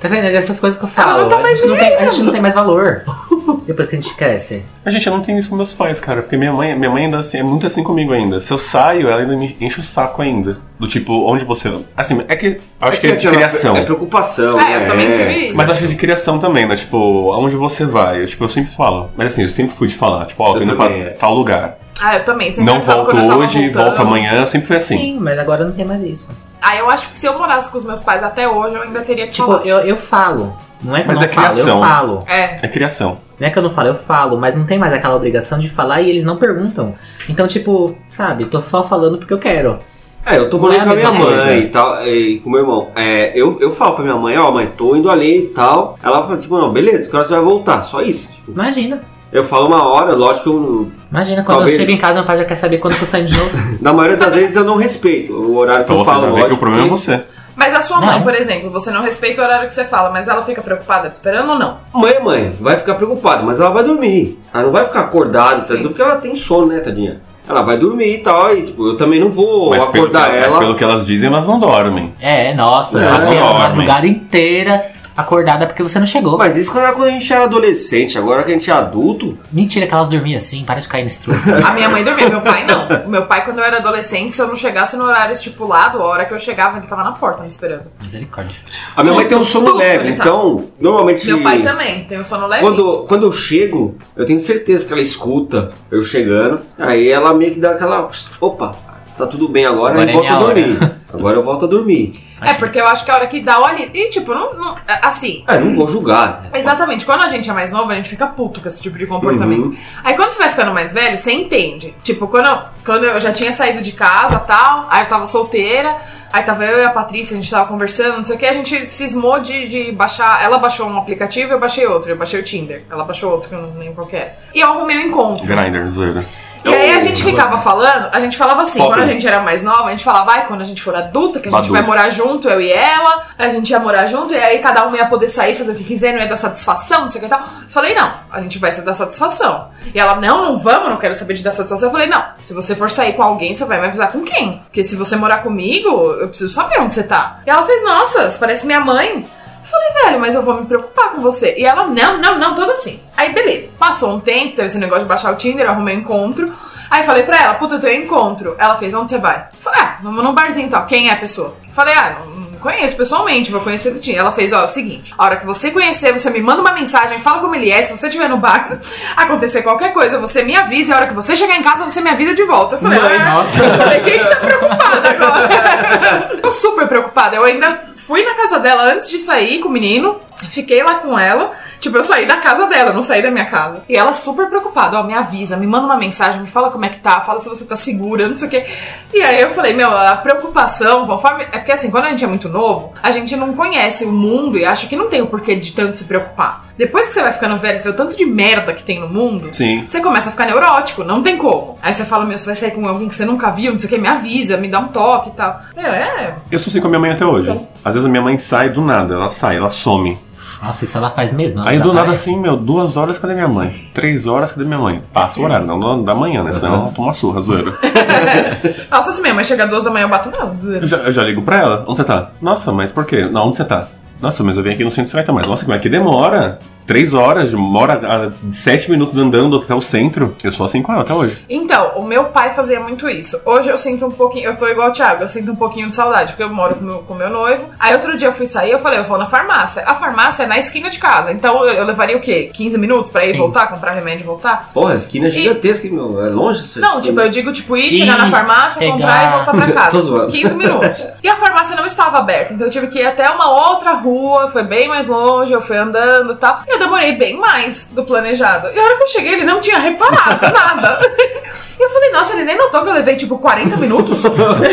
Tá vendo? É dessas coisas que eu falo.
Ela não tá
a,
mais
gente não tem, a gente não tem mais valor. Depois que a gente cresce.
A gente, eu não tenho isso com meus pais, cara, porque minha mãe, minha mãe ainda assim, é muito assim comigo ainda. Se eu saio, ela ainda me enche o saco ainda. Do tipo, onde você. Assim, é que. Acho que é de
tinha-
criação.
É preocupação.
Então
É, eu
né?
também tive isso.
Mas acho que é de criação também, né? Tipo, aonde você vai? Eu, tipo, eu sempre falo. Mas assim, eu sempre fui de falar, tipo, ó,
Eu
tô indo pra
também, é.
tal lugar.
Ah, eu também. Sempre
Não
pensava
volto
quando eu tava
hoje,
voltando.
volto amanhã, sempre foi assim.
Sim, mas agora não tem mais isso.
Ah, eu acho que se eu morasse com os meus pais até hoje, eu ainda teria que
Tipo,
falar.
eu, eu falo. Não é que
Mas
eu não
é
falo,
criação.
eu falo.
É.
É criação.
Não é que eu não falo, eu falo, mas não tem mais aquela obrigação de falar e eles não perguntam. Então, tipo, sabe, tô só falando porque eu quero.
É, eu tô
Não é
morando
a
com a minha
mesma
mãe
coisa.
e tal, e com meu irmão. É, eu, eu falo pra minha mãe, ó, mãe, tô indo ali e tal. Ela fala, tipo, não, beleza, que hora você vai voltar? Só isso. Tipo,
Imagina.
eu falo uma hora, lógico que eu não-
Imagina quando
Talvez-
eu chego em casa, meu pai já quer saber quando eu tô saindo de novo.
Na maioria das vezes eu não respeito o horário que
Pra
eu
você
falo,
já ver
lógico.
que o problema é você.
Mas a sua mãe,
Não.
por exemplo, você não respeita o horário que você fala, mas ela fica preocupada te esperando ou não?
Mãe, é mãe, vai ficar preocupada, mas ela vai dormir. Ela não vai ficar acordada, certo?
Sim.
Porque ela tem sono, né, tadinha? Ela vai dormir e tal, e tipo, eu também não vou
Mas pelo, que,
acordar
mas
ela.
pelo que elas dizem, elas não dormem.
é, nossa,
Não,
passei a
homem.
madrugada inteira acordada porque você não chegou.
Mas isso quando era quando a gente era adolescente, agora que a gente é adulto,
Mentira que elas dormiam assim, para de cair no estrume.
A minha mãe dormia, meu pai não. O Meu pai, quando eu era adolescente, se eu não chegasse no horário estipulado, a hora que eu chegava, ele tava na porta me esperando.
Misericórdia.
a minha mãe tem um sono
Puta,
leve,
ele tá-
então normalmente.
Meu pai também, tem o sono leve.
Quando, quando eu chego, eu tenho certeza que ela escuta eu chegando. Aí ela meio que dá aquela. Opa, tá tudo bem agora, eu
Agora é
volto a
minha hora.
dormir. Agora eu volto a dormir.
É, porque eu acho que a hora que dá, olha. E tipo, não. não- assim.
Ah, eu não vou julgar.
Exatamente, quando a gente é mais novo, a gente fica puto com esse tipo de comportamento.
Uhum.
Aí quando você vai ficando mais velho, você entende. Tipo, quando eu, quando eu já tinha saído de casa tal, aí eu tava solteira, aí tava eu e a Patrícia, a gente tava conversando, não sei o que, a gente cismou de, de baixar. Ela baixou um aplicativo, eu baixei outro, eu baixei o Tinder. Ela baixou outro que eu não lembro qual que era. E eu arrumei um encontro.
Grindr, zoeira.
E aí a gente ficava falando, a gente falava assim,
Pop.
quando a gente era mais nova, a gente falava, vai, quando a gente for adulta, que a gente
Badu.
vai morar junto, eu e ela, a gente ia morar junto, e aí cada um ia poder sair, fazer o que quiser, não ia dar satisfação, não sei o que e tal. Eu falei, não, a gente vai se dar satisfação. E ela, não, não vamos, não quero saber de dar satisfação. Eu falei, não, se você for sair com alguém, você vai me avisar com quem? Porque se você morar comigo, eu preciso saber onde você tá. E ela fez, nossa, você parece minha mãe. Eu Falei, velho, mas eu vou me preocupar com você. E ela, não, não, não, toda assim. Aí, beleza. Passou um tempo, teve esse negócio de baixar o Tinder, eu arrumei um encontro. Aí falei pra ela, puta, eu tenho encontro. Ela fez, onde você vai? Eu Falei, ah, vamos num barzinho e tal. Quem é a pessoa? Eu Falei, ah, não conheço pessoalmente, vou conhecer do Tinder. Ela fez, ó, é o seguinte, a hora que você conhecer, você me manda uma mensagem, fala como ele é, se você estiver no bar, acontecer qualquer coisa, você me avisa, e a hora que você chegar em casa, você me avisa de volta. Eu falei,
Mãe,
ah,
nossa.
eu falei, quem que tá preocupada agora? Tô super preocupada. Eu ainda fui na casa dela antes de sair com o menino. Fiquei lá com ela. Tipo, eu saí da casa dela, eu não saí da minha casa. E ela super preocupada. Ó, me avisa, me manda uma mensagem, me fala como é que tá, fala se você tá segura, não sei o quê. E aí eu falei, meu, a preocupação, conforme. É porque assim, quando a gente é muito novo, a gente não conhece o mundo e acha que não tem o porquê de tanto se preocupar. Depois que você vai ficando velho, você vê o tanto de merda que tem no mundo.
Sim.
Você começa a ficar neurótico, não tem como. Aí você fala, meu, você vai sair com alguém que você nunca viu, não sei o que, me avisa, me dá um toque e tal. Meu, é.
Eu sou assim com a minha mãe até hoje. Às vezes a minha mãe sai do nada, ela sai, ela some.
Nossa, isso ela faz mesmo. ela
Aí do nada
desaparece.
assim, meu, duas horas cadê minha mãe? Três horas cadê minha mãe? Passa o horário, não do- da manhã, né? Senão ela toma surra, zoeira.
Nossa, se minha mãe chega às duas da manhã, eu bato não.
Eu já, eu já ligo pra ela, onde você tá? Nossa, mas por quê? Não, onde você tá? Nossa, mas eu vim aqui no centro de Santa, mas nossa, como é que demora? Três horas, demora ah, sete minutos andando até o centro. Eu sou assim com ela até hoje.
Então, o meu pai fazia muito isso. Hoje eu sinto um pouquinho. Eu tô igual o Thiago, eu sinto um pouquinho de saudade, porque eu moro com meu, com meu noivo. Aí outro dia eu fui sair, eu falei, eu vou na farmácia. A farmácia é na esquina de casa. Então eu, eu levaria o quê? 15 minutos pra ir e
Sim.
voltar, comprar remédio e voltar?
Porra, a esquina é gigantesca, hein, meu. É longe essa
Não, tipo,
esquina.
eu digo, tipo, ir, chegar
Ir,
na farmácia,
pegar.
comprar e voltar pra
Tô
casa.
zoando.
15 minutos. E a farmácia não estava aberta, então eu tive que ir até uma outra rua, foi bem mais longe, eu fui andando e tal. E eu demorei bem mais do planejado. E a hora que eu cheguei, ele não tinha reparado nada. E eu falei, nossa, ele nem notou que eu levei, tipo, 40 minutos.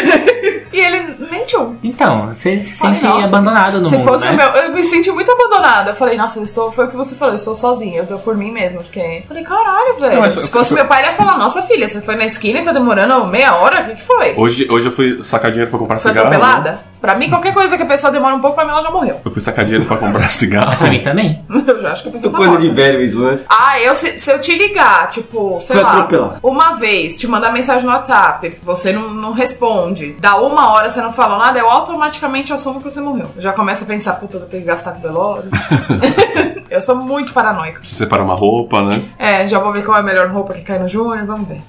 e ele nem tinha um.
Então, você se
Falei,
sente
nossa,
abandonado no
Se
mundo,
fosse
né?
o meu, eu me senti muito abandonada. Eu falei, nossa, eu estou, foi o que você falou, eu estou sozinha, eu tô por mim mesma. Porque... eu Falei, caralho,
Não,
velho.
mas-
Se fosse meu pai, ele ia falar, nossa filha, você foi na esquina e tá demorando meia hora? O que, que foi?
Hoje, hoje eu fui sacar dinheiro pra comprar
Foi
cigarro. né?
atropelada? Pra mim, qualquer coisa que a pessoa demora um pouco, pra mim ela já morreu.
Eu fui sacar dinheiro pra comprar
Mas pra
cigarro.
mim também.
Eu já acho que a pessoa
Muita
tá
coisa
morta.
de velho isso, né?
Ah, eu se, se eu te ligar, tipo, sei
Foi
lá,
atropelado.
uma vez, te mandar mensagem no WhatsApp, você não, não responde, dá uma hora, você não fala nada, eu automaticamente assumo que você morreu. Eu já começo a pensar, puta, eu vou ter que gastar com velório. eu sou muito paranoica.
Preciso separar uma roupa, né?
É, já vou ver qual é a melhor roupa que cai no Júnior, vamos ver.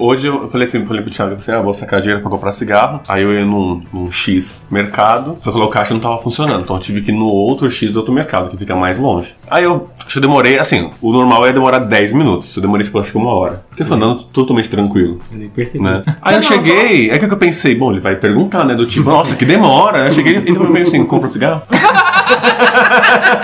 Hoje eu falei assim, falei pro Thiago, assim, ah, vou sacar dinheiro pra comprar cigarro. Aí eu ia no num, num X mercado, só que o caixa não tava funcionando. Então eu tive que ir no outro X do outro mercado, que fica mais longe. Aí eu, acho que eu demorei, assim, o normal é demorar 10 minutos. Eu demorei, tipo, acho que uma hora. Porque eu fui andando totalmente tranquilo
Eu nem percebi.
né? Aí eu
Uhum. não,
cheguei, é que eu pensei, bom, ele vai perguntar, né? Do tipo, nossa, que demora. Aí eu cheguei, ele me meio assim, compra um cigarro.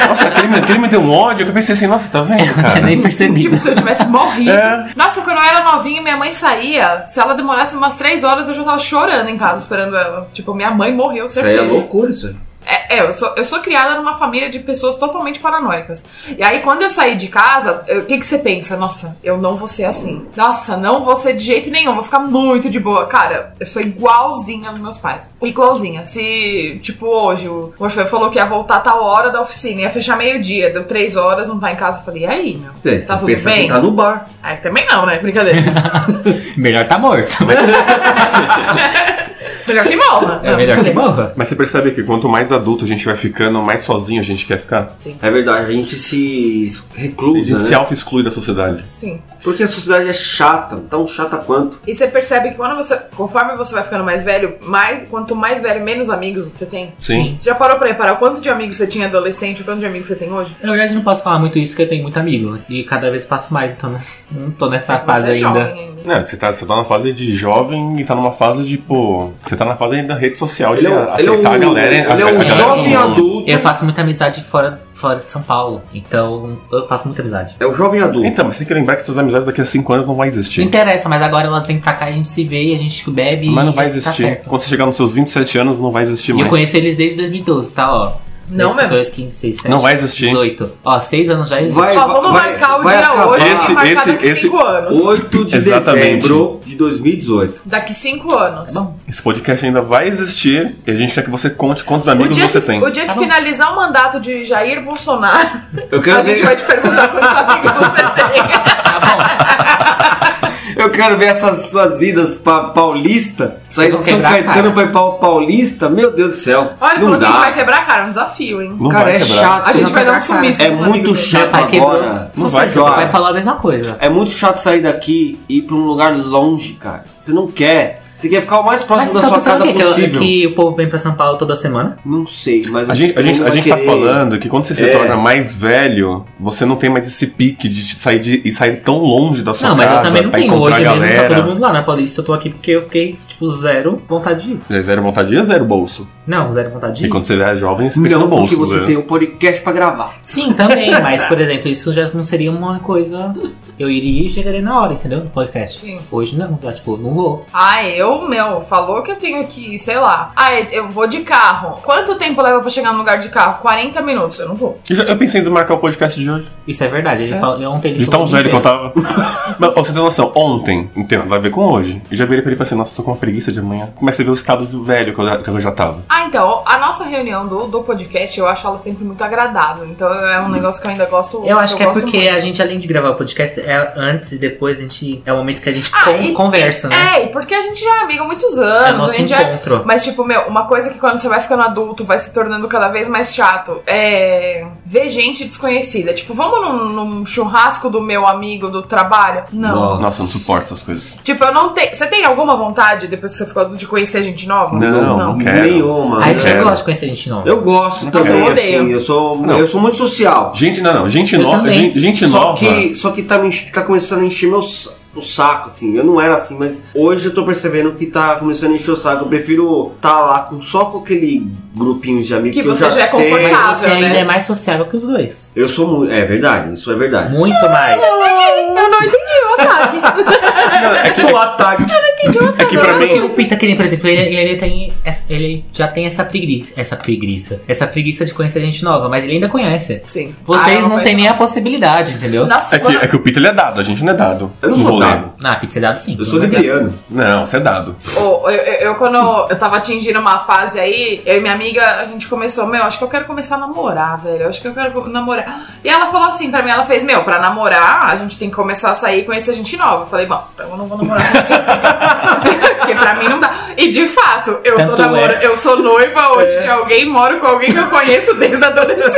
nossa, aquele, me- aquele me deu um ódio, que eu pensei assim, nossa, tá vendo,
Eu tinha
cara?
nem percebido.
Tipo, se eu tivesse morrido.
É.
Nossa, quando eu era novinha, minha mãe saía. Se ela demorasse umas três horas, eu já tava chorando em casa esperando ela. Tipo, minha mãe morreu,
Isso aí é
certeza.
loucura, isso aí.
É, é, eu, sou, eu sou criada numa família de pessoas totalmente paranoicas. E aí, quando eu saí de casa, eu- o que, que você pensa? Nossa, eu não vou ser assim. Nossa, não vou ser de jeito nenhum, vou ficar muito de boa. Cara, eu sou igualzinha aos meus pais. Igualzinha. Se, tipo, hoje o Morfeu falou que ia voltar tal hora da oficina, ia fechar meio-dia, deu três horas, não tá em casa. Eu falei, e aí, meu?
É,
tá tudo
pensa
bem?
que tá no bar.
Aí também não, né? Brincadeira. Tipo,
Melhor tá morto.
melhor que morra.
É melhor que morra.
Mas você percebe que quanto mais adulto a gente vai ficando, mais sozinho a gente quer ficar.
É verdade, a gente se
A
reclusa,
gente
né?
se auto-exclui da sociedade.
Sim.
Porque a sociedade é chata, tão chata quanto.
E você percebe que quando você, conforme você vai ficando mais velho, mais, quanto mais velho, menos amigos você tem.
Sim.
Você já parou pra reparar o quanto de amigos você tinha adolescente, o quanto de amigos você tem hoje?
Na verdade, eu não posso falar muito isso, porque eu tenho muito amigo. E cada vez faço mais, então não, não tô nessa fase
você é
ainda.
jovem ainda.
Não, você tá, você tá na fase de jovem e tá numa fase de, pô. Você tá na fase ainda da rede social, de
Ele é um- ele é
aceitar
um-
a galera. a,
ele é um
a galera
jovem
comum.
adulto.
Eu faço muita amizade fora, fora de São Paulo. Então, eu faço muita amizade.
É o jovem adulto.
Então, mas tem que lembrar que essas amizades daqui a 5 anos não vai existir.
Não interessa, mas agora elas vêm pra cá, a gente se vê, a gente bebe.
Mas não vai
e Tá
existir.
certo.
Quando você chegar nos seus 27 anos, não vai existir
E
mais.
eu conheço eles desde 2012, tá? Ó.
Não
10,
mesmo.
14, 15, 16, 17,
Não vai existir.
18. Ó, 6 anos já existe.
Vai-
Só vamos
vai-
marcar o
vai
dia
acabar.
hoje
Esse-
e marcar
esse-
daqui
esse-
5 anos.
8 de
Exatamente.
dezembro de 2018.
Daqui 5
Tá
anos.
Esse podcast ainda vai existir e a gente quer que você conte quantos
o
amigos
dia,
você
que,
tem.
o dia que
Tá bom.
finalizar o mandato de Jair Bolsonaro,
Eu
a
quero,
gente
ver,
vai te perguntar quantos amigos você
Tá bom.
eu quero ver essas suas idas pra Paulista. Sair
Vocês
de
vão
São
quebrar a
Caetano
cara.
pra ir pra Paulista. Meu Deus do céu.
tem. Olha, ele falou
não
que a gente vai
dá.
quebrar a cara, é um desafio, hein?
Não
Cara,
vai
é
quebrar.
chato.
A gente vai dar um sumiço.
É
nos
muito
amigos dele.
chato
Vai quebrar.
agora.
tá Não
Você
vai quebrar.
jovem.
assim, Vai falar a mesma coisa.
É muito chato sair daqui e ir pra um lugar longe, cara. Você não quer. Você quer ficar o mais próximo
você
da
tá
sua
pensando
casa
o quê? Que eu-
possível.
que o povo vem pra São Paulo toda semana?
Não sei, mas
A gente, a, gente, a gente tá falando que quando você se
É.
torna mais velho, você não tem mais esse pique de sair, de, e sair tão longe da sua
não, mas
casa
eu também não
pra
tenho.
encontrar
Hoje
a
mesmo tá
galera.
todo mundo lá na Paulista. Eu tô aqui porque eu fiquei, tipo, zero vontade de ir.
É zero vontade, é zero bolso.
Não, zero vontade de
E
ir.
quando você é jovem, você pensa
Não,
no
porque
bolso.
você
né?
tem o podcast pra gravar.
Sim, também. mas, por exemplo, isso já não seria uma coisa. Eu iria e chegaria na hora, entendeu? No podcast.
Sim.
Hoje não. Eu, tipo, não vou.
Ah, eu, meu, falou que eu tenho que, sei lá. Ah, eu vou de carro. Quanto tempo leva pra chegar no lugar de carro? 40 minutos, eu não vou.
Eu, já- eu pensei em desmarcar o podcast de hoje.
Isso é verdade. Ele
É.
fala, eu ontem ele
De tão
falou
velho que eu
inteiro.
tava. Mas, ó, você tem noção, ontem, entendo, vai ver com hoje. Eu já virei pra ele e falei assim, nossa, tô com uma preguiça de amanhã. Começa a ver o estado do velho que eu, já- que eu já tava.
Ah, então, a nossa reunião do, do podcast, eu acho ela sempre muito agradável. Então é um negócio que eu ainda gosto.
Hum. Eu acho que é
gosto
porque
muito.
a gente, além de gravar o podcast, é antes e depois a gente. É o momento que a gente
Ah,
con-
e-
conversa, né?
É, e porque a gente já é amigo há muitos
É, o
anos, a
nosso
gente já é...
encontro.
Mas, tipo, meu, uma coisa que quando você vai ficando adulto vai se tornando cada vez mais chato é ver gente desconhecida. Tipo, vamos num, num churrasco do meu amigo do trabalho? Não.
Nossa.
Nossa, eu não suporto essas coisas.
Tipo, eu não tenho. Você tem alguma vontade depois que você ficou adulto de conhecer gente nova?
Não, não quero.
Nenhuma.
Aí
né?
eu
quero.
gosto de conhecer gente nova.
Eu gosto
Nossa,
também,
eu odeio.
assim. Eu sou,
Não.
eu sou muito social.
Gente, não, não. Gente
Eu
nova.
também.
Gente, gente
só
nova. É,
que Só que tá, me enche- tá começando a encher meu sa- o saco, assim. Eu não era assim, mas hoje eu tô percebendo que tá começando a encher o saco. Eu prefiro tá lá com, só com aquele grupinho de amigos
Que
que, eu
você
já,
já é
tenho.
confortável.
Mas você
né?
ainda é mais sociável que os dois.
Eu sou muito. É verdade, isso é verdade.
Muito mais.
Eu não entendi o ataque.
É que o ataque.
É que pra
Porque
mim.
o Pita, que nem, por exemplo, ele, ele tem essa- ele já tem essa preguiça, essa preguiça, essa preguiça de conhecer gente nova, mas ele ainda conhece.
Sim. Ah, eu
Vocês não
conheço.
têm nem a possibilidade, entendeu? Não,
Nossa,
É que,
quando-
é que o Peter ele é dado, a gente não é dado.
Eu não
No
sou
rolê.
dado.
ah, Pita, você é dado sim.
Eu sou
Não é dado.
libriano.
Não, você é dado.
Ô, eu, eu- eu, quando eu tava atingindo uma fase aí, eu e minha amiga, a gente começou, meu, acho que eu quero começar a namorar, velho. Acho que eu quero co- namorar. E ela falou assim pra mim, ela fez, meu, pra namorar, a gente tem que começar a sair e conhecer gente nova. Eu falei, bom, então eu não vou namorar. com ninguém. Porque pra mim não dá. E de fato, eu tô
Tanto
namorando, eu sou noiva hoje de alguém, moro com alguém que eu conheço desde a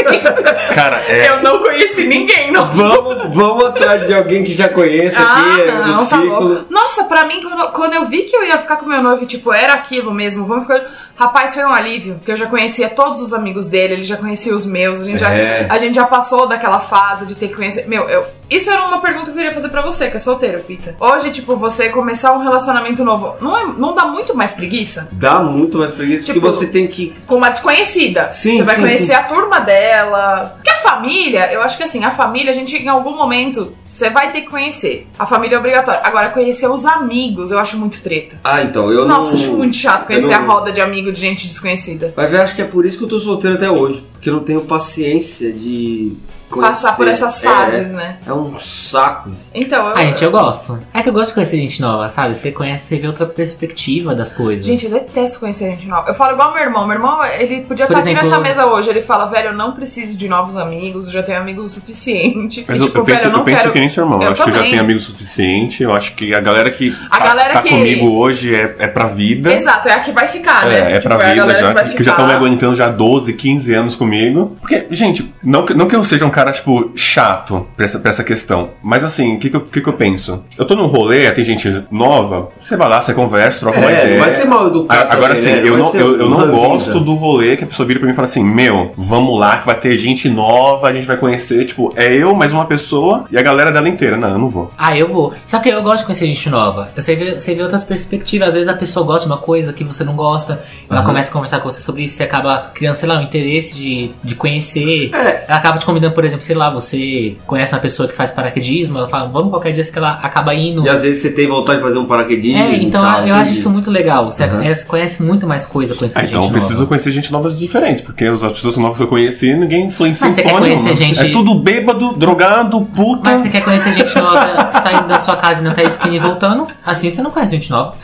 adolescência.
Cara, é.
Eu não conheci ninguém, não.
Vamos, vamos atrás de alguém que já conheça aqui, é, do ciclo.
Ah, tá louco. Nossa, pra mim, quando, quando eu vi que eu ia ficar com meu noivo, e, tipo, era aquilo mesmo, vamos ficar. Rapaz, foi um alívio, porque eu já conhecia todos os amigos dele, ele já conhecia os meus, a gente,
É.
já, a gente já passou daquela fase de ter que conhecer. Meu, eu. Isso era uma pergunta que eu queria fazer pra você, que é solteiro, Pita. Hoje, tipo, você começar um relacionamento novo, não, é- não dá muito mais preguiça?
Dá muito mais preguiça
Tipo,
porque você tem que.
Com uma desconhecida.
Sim,
você vai
sim,
conhecer
sim.
a turma dela. Porque a família, eu acho que assim, a família, a gente em algum momento, você vai ter que conhecer. A família é obrigatória. Agora, conhecer os amigos, eu acho muito treta.
Ah, então, eu
Nossa, tipo, um
não.
acho muito chato conhecer
eu não-
a roda de amigo de gente desconhecida.
Vai ver, acho que é por isso que eu tô solteiro até hoje. Porque eu não tenho paciência de. Conhecer.
Passar por essas
É,
fases, né?
É, um saco. isso.
Então, eu.
Ah, gente, eu gosto. É que eu gosto de conhecer gente nova, sabe? Você conhece, você vê outra perspectiva das coisas.
Gente, eu detesto conhecer gente nova. Eu falo igual meu irmão. Meu irmão, ele podia estar
Por
aqui
exemplo,
nessa mesa hoje. Ele fala, velho, eu não preciso de novos amigos, eu já tenho amigos o suficiente.
Mas
e,
eu-
tipo,
eu, penso,
velho, eu não
eu penso
quero.
que nem seu irmão. Eu
Eu
acho que eu já
também.
tenho amigo suficiente. Eu acho que a galera que
A
tá,
galera
tá
que-
comigo hoje é, é pra vida.
Exato, é a que vai ficar, né?
É, é
Tipo,
pra
a
vida
galera
já,
vai
que, que já tá
ficar.
estão me aguentando já 12, 15 anos comigo. Porque, gente, não que, não que eu seja um cara, tipo, chato pra essa, pra essa questão. Mas assim, o que, que, eu- o que que eu penso? Eu tô num rolê, tem gente nova, você vai lá, você conversa, troca uma
É,
ideia.
vai ser mal educado.
A- Agora sim,
também, né?
eu
Vai
não,
ser
eu, eu não
ranzinza.
gosto do rolê que a pessoa vira pra mim e fala assim: Meu, vamos lá, que vai ter gente nova, a gente vai conhecer. Tipo, é eu mais uma pessoa e a galera dela inteira. Não, eu não vou.
Ah, eu vou. Só que eu gosto de conhecer gente nova. Você vê, você vê outras perspectivas. Às vezes a pessoa gosta de uma coisa que você não gosta. Ela começa a conversar com você sobre isso. Você acaba criando, sei lá, um interesse de, de conhecer.
É.
Ela acaba te convidando, por exemplo, sei lá, você conhece uma pessoa que faz paraquedismo. Ela fala, vamos qualquer dia que ela acaba indo.
E às vezes você tem vontade de fazer um paraquedismo.
É, então
tá,
eu acho
entendi.
isso muito legal. Você
Uhum.
é, você conhece muito mais coisa conhecendo
Ah,
gente
então eu preciso
nova.
conhecer gente nova diferente, porque as as pessoas novas que eu conheci, ninguém influencia
Mas
em
você
porra
quer conhecer
nenhuma.
gente-
É tudo bêbado, drogado, puta.
Mas você quer conhecer gente nova saindo da sua casa e não tá skinny voltando? Assim você não conhece gente nova.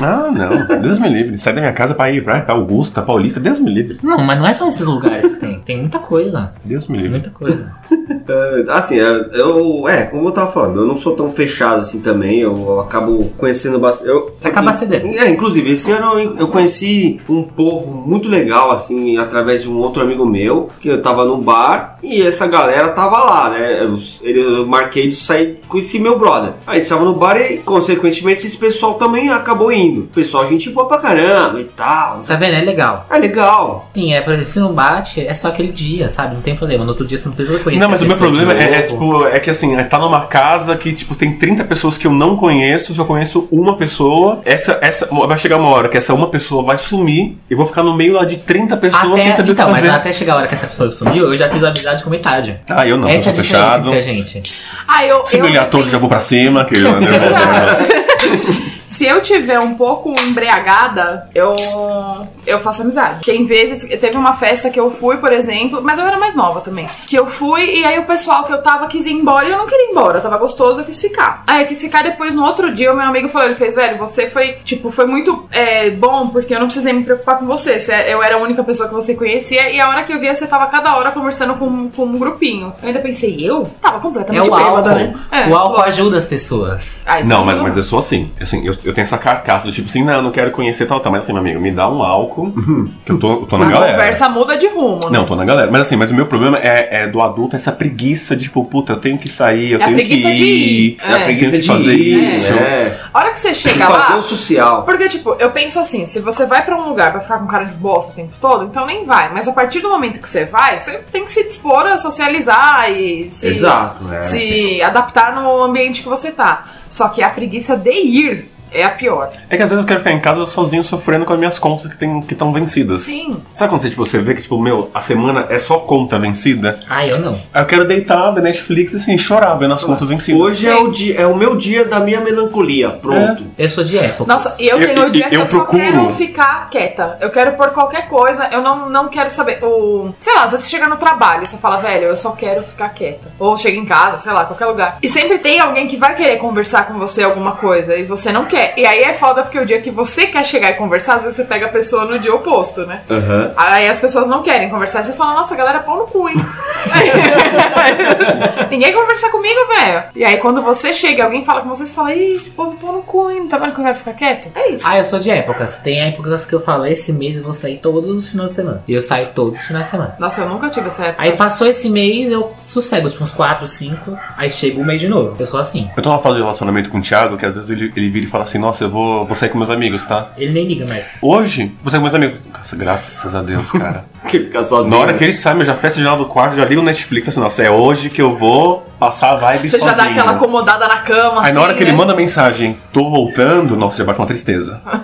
Ah, não. Deus me livre. Sai da minha casa pra ir pra, pra Augusta, Paulista. Deus me livre.
Não, mas não é só esses lugares que tem. Tem muita coisa.
Deus me
Tem
livre.
muita coisa.
É, Assim, eu, eu- É, como eu tava falando, eu não sou tão fechado assim também. Eu acabo conhecendo bastante. Eu,
Você acaba cedendo.
É, inclusive, esse ano eu, eu conheci um povo muito legal, assim, através de um outro amigo meu, que eu tava num bar e essa galera tava lá, né? Eu, ele- eu marquei de sair com esse meu brother. Aí eles estavam no bar e, consequentemente, esse pessoal também acabou indo. O pessoal, gente boa pra caramba e tal. não sei-
Tá vendo? É legal.
É legal.
Sim, é, por exemplo, se não bate, é só aquele dia, sabe? Não tem problema. No outro dia você não precisa conhecer.
Não, mas
a
o meu
pessoa de
problema é, é,
novo.
tipo, é que assim, é, tá numa casa que, tipo, tem 30 pessoas que eu não conheço, só conheço uma pessoa. Essa, essa, vai chegar uma hora que essa uma pessoa vai sumir e vou ficar no meio lá de 30 pessoas
Até,
sem saber
então,
o que fazer.
mas até chegar a hora que essa pessoa sumiu, eu já fiz a amizade com metade.
Ah, eu não,
Essa
eu
é a
sou
diferença
fechado.
entre a gente.
Ah, eu.
Se me
eu
olhar todo, já vou pra cima. Que, né,
Se eu tiver um pouco embriagada, eu eu faço amizade. Tem vezes, teve uma festa que eu fui, por exemplo, mas eu era mais nova também, que eu fui e aí o pessoal que eu tava quis ir embora e eu não queria ir embora, tava gostoso, eu quis ficar. Aí eu quis ficar depois no outro dia, o meu amigo falou, ele fez, velho, você foi, tipo, foi muito é, bom porque eu não precisei me preocupar com você, você- é, eu era a única pessoa que você conhecia e a hora que eu via você tava cada hora conversando com, com um grupinho. Eu ainda pensei, eu? Tava
É
completamente
o
bêbada,
álcool.
né? É,
o álcool
lógico.
ajuda as pessoas.
Ah, isso
Não,
ajuda
mas, mas eu sou assim. assim eu, eu tenho essa carcaça do tipo assim, não, eu não quero conhecer tal, tal. Mas assim, meu amigo, me dá um álcool, que eu tô, eu tô na
A
galera.
conversa muda de rumo, né?
Não, tô na galera. Mas assim, mas o meu problema é, é do adulto essa preguiça de, tipo, puta, eu tenho que sair, eu
É a
tenho que
preguiça
ir.
de ir.
É a
É.
preguiça de
de
fazer
ir,
isso.
né?
A hora que você
Tem que
chega
fazer o
lá.
social.
Porque, tipo, eu penso assim, se você vai pra um lugar pra ficar com cara de bosta o tempo todo, então nem vai. Mas a partir do momento que você vai, você tem que se dispor a socializar e se,
Exato, né?
se adaptar no ambiente que você tá. Só que a preguiça de ir é a pior.
É que às vezes eu quero ficar em casa sozinho sofrendo com as minhas contas que estão que tão vencidas.
Sim.
Sabe quando você, tipo, você vê que, tipo, meu, a semana é só conta vencida?
Ah, eu não.
Aí Eu quero deitar, ver Netflix e assim, chorar vendo as contas vencidas.
Hoje é o, dia, é o meu dia da minha melancolia. Pronto.
Eu sou de época.
Nossa, e eu,
Eu-
tenho o dia
eu-
que eu,
eu
só
procuro.
quero ficar quieta. Eu quero pôr qualquer coisa, eu não, não quero saber. Ou, sei lá, às vezes você chega no trabalho e você fala, velho, eu só quero ficar quieta. Ou chega em casa, sei lá, qualquer lugar. E sempre tem alguém que vai querer conversar com você alguma coisa e você não quer. É, e aí é foda porque o dia que você quer chegar e conversar, às vezes você pega a pessoa no dia oposto, né?
Aham.
Aí as pessoas não querem conversar. Aí você fala, nossa, galera, pau no cu, hein? Ninguém quer conversar comigo, velho. E aí quando você chega e alguém fala com você, você fala, ih, esse povo é pau no cu, hein? Não tá vendo que eu quero ficar quieto? É isso.
Ah, eu sou de épocas. Tem épocas que eu falo, esse mês eu vou sair todos os finais de semana. E eu saio todos os finais de semana.
Nossa, eu nunca tive essa época.
Aí passou esse mês, eu sossego, tipo, uns 4, 5. Aí chega o mês de novo. Eu sou assim.
Eu tô numa fase de relacionamento com o Thiago que às vezes ele, ele vira e fala assim: Nossa, eu vou, vou sair com meus amigos, tá?
Ele nem liga mais.
Hoje, vou sair com meus amigos. Nossa, graças a Deus, cara.
É.
Que fica sozinho.
Na hora que ele sai, eu já fecho a janela do quarto, já ligo o Netflix assim: Nossa, é hoje que eu vou passar a vibe
Você
sozinho.
já dá aquela acomodada na cama,
Aí
assim,
na hora que ele
né?
manda mensagem, tô voltando, nossa, já bate uma tristeza.
Ah,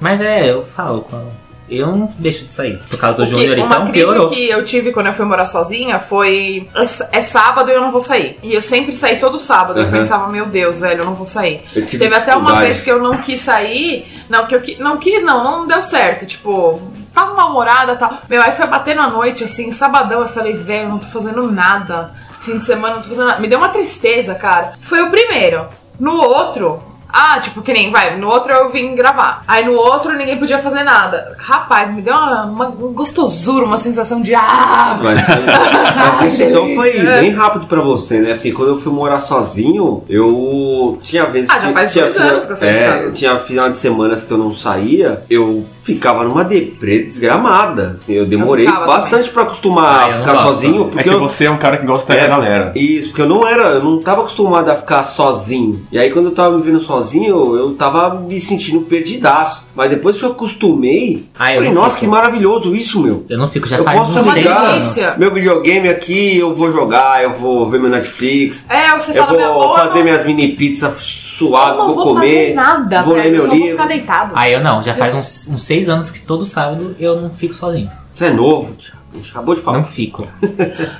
Mas é, eu falo com Eu não deixo de sair. Por causa do
O que-
Júnior,
uma
então,
crise
piorou.
que eu tive quando eu fui morar sozinha foi é s- é sábado e eu não vou sair. E eu sempre saí todo sábado. Eu
Uhum.
pensava, meu Deus, velho, eu não vou sair.
Eu tive
Teve até uma
dificuldade.
vez que eu não quis sair. Não, que eu qui- não quis, não, não deu certo. Tipo, tava mal-humorada e tal. Meu, aí foi batendo a noite, assim, sabadão. Eu falei, velho, não tô fazendo nada. Fim de semana, não tô fazendo nada. Me deu uma tristeza, cara. Foi o primeiro. No outro. Ah, tipo, que nem, vai, no outro eu vim gravar. Aí no outro ninguém podia fazer nada. Rapaz, me deu uma, uma um gostosura, uma sensação de ah,
Mas, mas isso
Ai,
então
delícia.
foi bem rápido pra você, né? Porque quando eu fui morar sozinho, eu tinha vezes
Ah, já faz
tinha
dois
final-
anos que eu saí de
é,
casa.
Tinha final de semana que eu não saía, eu ficava numa deprê desgramada. assim, eu demorei
ficava
bastante pra
Ah,
acostumar
eu
a
não
ficar
gosto.
sozinho,
É
porque
que
eu,
você é um cara que gosta da
É.
galera.
isso, porque eu não era, eu não tava acostumado a ficar sozinho. E aí quando eu tava me vendo sozinho, eu, eu tava me sentindo perdidaço. Mas depois que eu acostumei,
Ah, eu
falei,
não
nossa,
fico.
que maravilhoso isso, meu.
Eu não fico, já
Eu
faz
posso
uns seis
ligar.
anos.
Delícia.
Meu videogame aqui, eu vou jogar, eu vou ver meu Netflix,
É, você
eu
fala, meu, ou
vou
eu
fazer
não-
minhas mini pizzas
eu
suadas,
não
vou,
vou fazer
comer,
nada,
vou ler
velho. Eu
meu
só vou
livro.
ficar deitado.
Ah, eu não, já faz uns, uns seis anos que todo sábado eu não fico sozinho.
Você é novo, Thiago. A gente acabou de falar.
Não fico.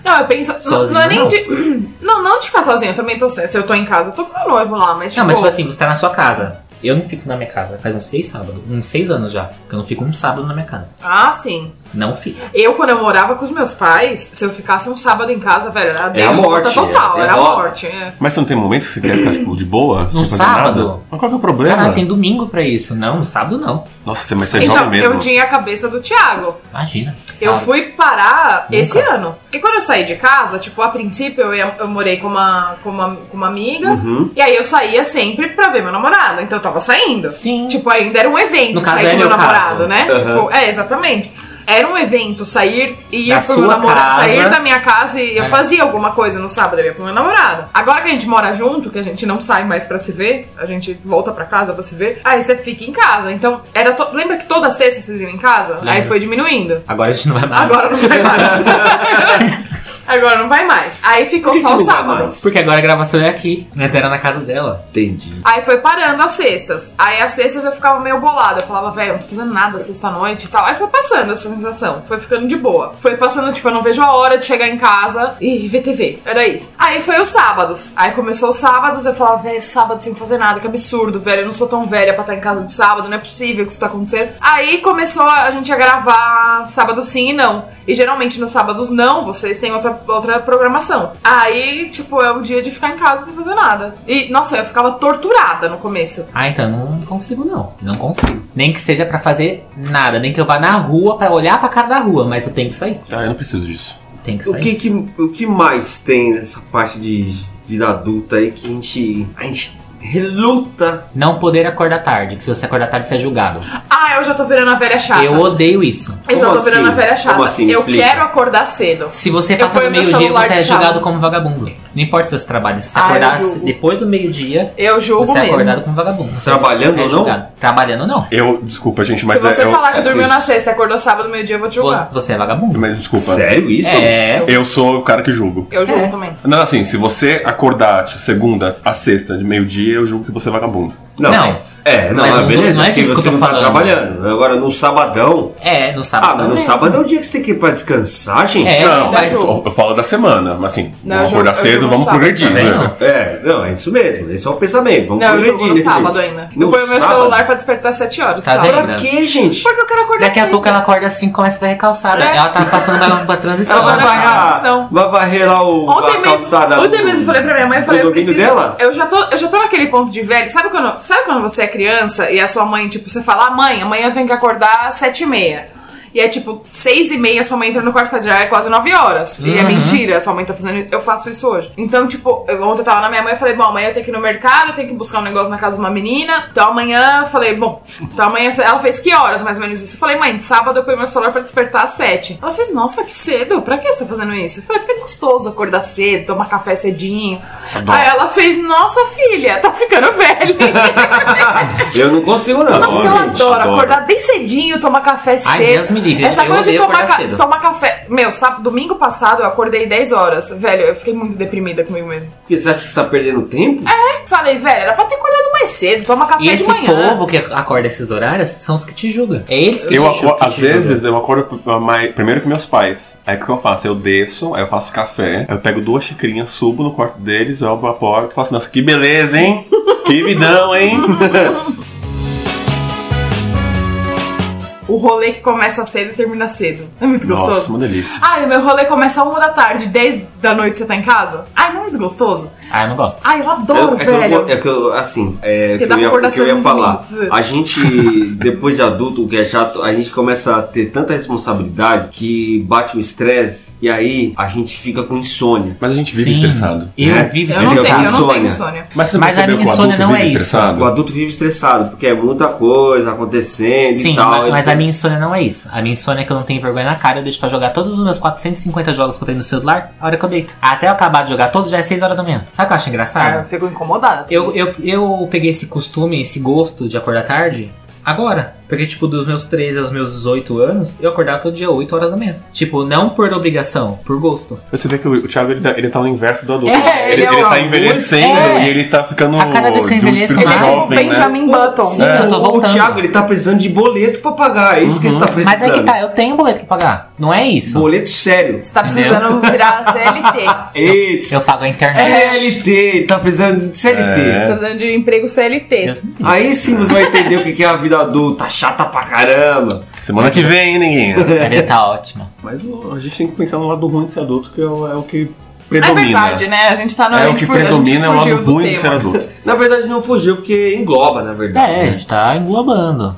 Não, eu penso. não-
Sozinho,
não é nem
não.
de. Não, não de ficar sozinha. Eu também tô. Se eu tô em casa, eu tô com meu noivo lá, mas tipo.
Não, mas tipo assim, você tá na sua casa. Eu não fico na minha casa. Faz uns seis sábados. Uns seis anos já. Que eu não fico um sábado na minha casa.
Ah, sim.
Não fico.
Eu, quando eu morava com os meus pais, se eu ficasse um sábado em casa, velho, era
É a morte,
total,
é- é
era a
roda.
morte. é.
Mas você não tem momento que você quer ficar, tipo, de boa?
No
sem fazer
sábado?
nada? Mas qual que é o problema?
Caralho, tem domingo pra isso. Não, no sábado não.
Nossa, você- mas você é
Então,
jovem mesmo.
eu tinha a cabeça do Thiago.
Imagina.
Eu
Sábado.
fui parar
Nunca.
esse ano. Porque quando eu saí de casa, tipo, a princípio eu, ia- eu morei com uma, com uma, com uma amiga.
Uhum.
E aí eu saía sempre pra ver meu namorado. Então eu tava saindo.
Sim.
Tipo, ainda era um evento
No caso,
sair
é
com meu
meu caso.
namorado, né?
Aham.
Tipo, é, exatamente. Era um evento sair e ir
Da
pro meu
sua
namorado.
casa.
Sair da minha casa e eu
É.
fazia alguma coisa no sábado, eu ia pro meu namorado. Agora que a gente mora junto, que a gente não sai mais pra se ver, a gente volta pra casa pra se ver, aí você fica em casa. Então, era. to- Lembra que toda sexta vocês iam em casa? Aí
Lembro.
foi diminuindo.
Agora a gente não vai mais.
Agora não vai mais. Agora não vai mais. Aí ficou
Por que
só o
que não vai
sábado.
mais?
Porque agora a gravação é aqui. Antes era na casa dela.
Entendi.
Aí foi parando as sextas. Aí as sextas eu ficava meio bolada. Eu falava, velho, eu não tô fazendo nada sexta-noite e tal. Aí foi passando essa sensação. Foi ficando de boa. Foi passando, tipo, eu não vejo a hora de chegar em casa e ver TV. Era isso. Aí foi os sábados. Aí começou os sábados. Eu falava, velho, sábado sem fazer nada. Que absurdo, velho. Eu não sou tão velha pra estar em casa de sábado. Não é possível que isso tá acontecendo. Aí começou a gente a gravar sábado sim e não. E geralmente nos sábados não, vocês têm outra, outra programação. Aí, tipo, é o dia de ficar em casa sem fazer nada. E, nossa, eu ficava torturada no começo.
Ah, então não consigo não. Não consigo. Nem que seja pra fazer nada, nem que eu vá na rua pra olhar pra cara da rua, mas eu tenho que sair.
Ah, eu não preciso disso.
Tem que
O
sair.
que, que, o que mais tem nessa parte de vida adulta aí que a gente, a gente reluta?
Não poder acordar tarde, que se você acordar tarde você é julgado.
Ah, eu já tô virando a velha chata.
Eu odeio isso.
eu já tô
Como
virando a
assim?
velha chata.
Como assim? Me
eu
explica.
quero acordar cedo.
Se você
Eu
passar
ponho
do
meu
meio-dia,
celular
você é
de sábado.
julgado como vagabundo. Não importa se você trabalha, se você
Ah, eu
acordar
julgo.
depois do meio-dia,
Eu julgo
você é
mesmo.
acordado como vagabundo. Você
Trabalhando
é
ou não?
julgado. Trabalhando ou não.
Eu, desculpa, gente, mas
Se você
é, eu,
falar que
é
dormiu
isso.
na sexta e acordou sábado, meio-dia, eu vou te julgar.
Você é vagabundo.
mas desculpa.
Sério isso?
É.
Eu sou o cara que julgo.
Eu julgo
É.
também.
Não, assim, se você acordar tipo, segunda a sexta de meio-dia, eu julgo que você é vagabundo.
Não.
Não.
É, não,
Mas
é
não-
beleza,
não é
porque
disso que
você
eu tô
não tá
falando.
trabalhando. Agora, no sabadão...
É, no
Ah,
sábado.
mas no
mesmo.
sábado é o dia que você tem que ir pra descansar, gente?
É,
não,
mas-
eu, eu falo da semana, mas assim,
Não, eu
vamos
julgo-
acordar
eu
cedo,
julgo
vamos
no sábado
progredir.
também,
né?
não.
É, não, é isso mesmo. Esse é o pensamento. Vamos
Não, eu
progredir,
julgo no
né, gente?
sábado ainda.
No
eu ponho meu
sábado?
celular pra despertar às 7 horas.
Tá
sábado.
vendo?
Pra quê, gente?
Porque eu quero acordar
Daqui a
cedo.
pouco ela acorda assim e começa a ver recalçada.
É.
Ela tá passando pra, pra transição.
Ela vai
Ela vai
varrer,
varrer.
a- vai varrer lá o,
tá Ontem
a
mesmo,
calçada.
ontem
do-
mesmo eu falei pra minha mãe, eu
do
falei, eu
domínio
preciso.
dela?
Eu já tô, eu já tô naquele ponto de velho. Sabe quando Não, sabe quando você é criança e a sua mãe, tipo, você fala, ah, mãe, amanhã eu tenho que acordar às sete e meia. E é tipo, seis e meia, sua mãe entra no quarto e faz, já é quase nove horas. E é
Uhum.
mentira, sua mãe tá fazendo, eu faço isso hoje. Então, tipo, eu- ontem eu tava na minha mãe, eu falei, bom, amanhã eu tenho que ir no mercado, eu tenho que buscar um negócio na casa de uma menina. Então amanhã, eu falei, bom, então amanhã, ela fez que horas mais ou menos isso? Eu falei, mãe, de sábado eu ponho meu celular pra despertar às sete. Ela fez, nossa, que cedo, pra que você tá fazendo isso? Eu falei, porque é gostoso acordar cedo, tomar café cedinho.
Tá
Adoro.
Aí ela fez, nossa filha, tá ficando velha.
Eu não consigo,
Tá
não.
Nossa, eu
gente.
adoro,
adoro.
acordar bem cedinho, tomar café cedo.
Ai, Deus me livre,
Essa
eu
coisa de
odeio
tomar,
acordar
ca-
cedo.
tomar café. Meu, sábado, domingo passado eu acordei 10 horas. Velho, eu fiquei muito deprimida comigo mesmo.
Porque você acha que você tá perdendo tempo?
É, Falei, velho, era pra ter acordado mais cedo, toma café
E
de
esse
manhã.
povo que acorda esses horários são os que te julgam. É eles que
Eu
te julgam.
acordo,
que
às
te julgam.
vezes eu acordo p- p- mais- primeiro com meus pais. Aí o que eu faço? Eu desço, aí eu faço café, aí eu pego duas xicrinhas, subo no quarto deles, eu abro a porta e falo assim, nossa, que beleza, hein? Que vidão, hein?
O rolê que começa cedo e termina cedo. É muito
Nossa,
gostoso.
uma delícia.
Ai, o meu rolê começa uma da tarde, 10 da noite você tá em casa? Ai, não é muito gostoso?
Ah, eu não gosto.
Ai, eu adoro,
Eu- é, que
velho.
eu, é que eu, assim, é
Porque
que
dá
eu ia,
pra acordar
que eu ia
cedo
falar.
no domingo.
A gente, depois de adulto, o que é chato, a gente começa a ter tanta responsabilidade que bate o estresse e aí a gente fica com insônia.
Mas a gente vive
Sim.
estressado. né?
Eu
É.
vivo
Eu não
Você
tenho,
já
eu não tenho
insônia.
insônia.
Mas você
Mas a
percebeu
minha
que o
insônia
adulto
não
vive
é isso.
O
estressado?
adulto vive estressado, porque é muita coisa acontecendo
Sim,
e tal.
mas, mas
então.
Ele-
a minha insônia não é isso. A minha insônia é que eu não tenho vergonha na cara, eu deixo pra jogar todos os meus 450 jogos que eu tenho no celular a hora que eu deito. Até eu acabar de jogar todos já é 6 horas da manhã. Sabe o que eu acho
Ah, eu
engraçado?
fico incomodada.
Eu, eu, eu peguei esse costume, esse gosto de acordar tarde agora. Porque, tipo, dos meus 13 aos meus 18 anos, eu acordava todo dia 8 horas da manhã. Tipo, não por obrigação, por gosto.
Você vê que o o Thiago ele tá, ele tá no inverso do adulto.
É, ele é um
tá
adulto.
envelhecendo
É.
e ele tá ficando
A cada vez que eu
de um
envelheço,
espírito
Ele é
mais-
tipo
jovem, né?
Benjamin Button.
Sim,
eu tô
o- o
voltando.
Thiago, ele tá precisando de boleto pra pagar. É isso que ele tá precisando.
Mas é que tá, eu tenho boleto que pagar. Não é isso.
Boleto sério.
Você tá precisando virar CLT. Você tá
Esse.
Eu pago a internet.
CLT. Ele tá precisando de CLT.
É.
tá precisando de emprego CLT.
assim,
Deus me livre.
Aí sim você vai entender o que que é a vida adulta. Chata pra caramba.
Semana que vem, hein, ninguém?
A vida tá ótima.
Mas ó, a gente tem que pensar no lado ruim de ser adulto, que é o, é o que
É
predomina.
verdade, né? A gente tá no.
É
a
o
gente
que
fugiu- a gente
predomina, é o lado
fugiu do
ruim de ser
tema.
adulto.
Na verdade não fugiu, porque engloba, na verdade.
É, a gente tá englobando.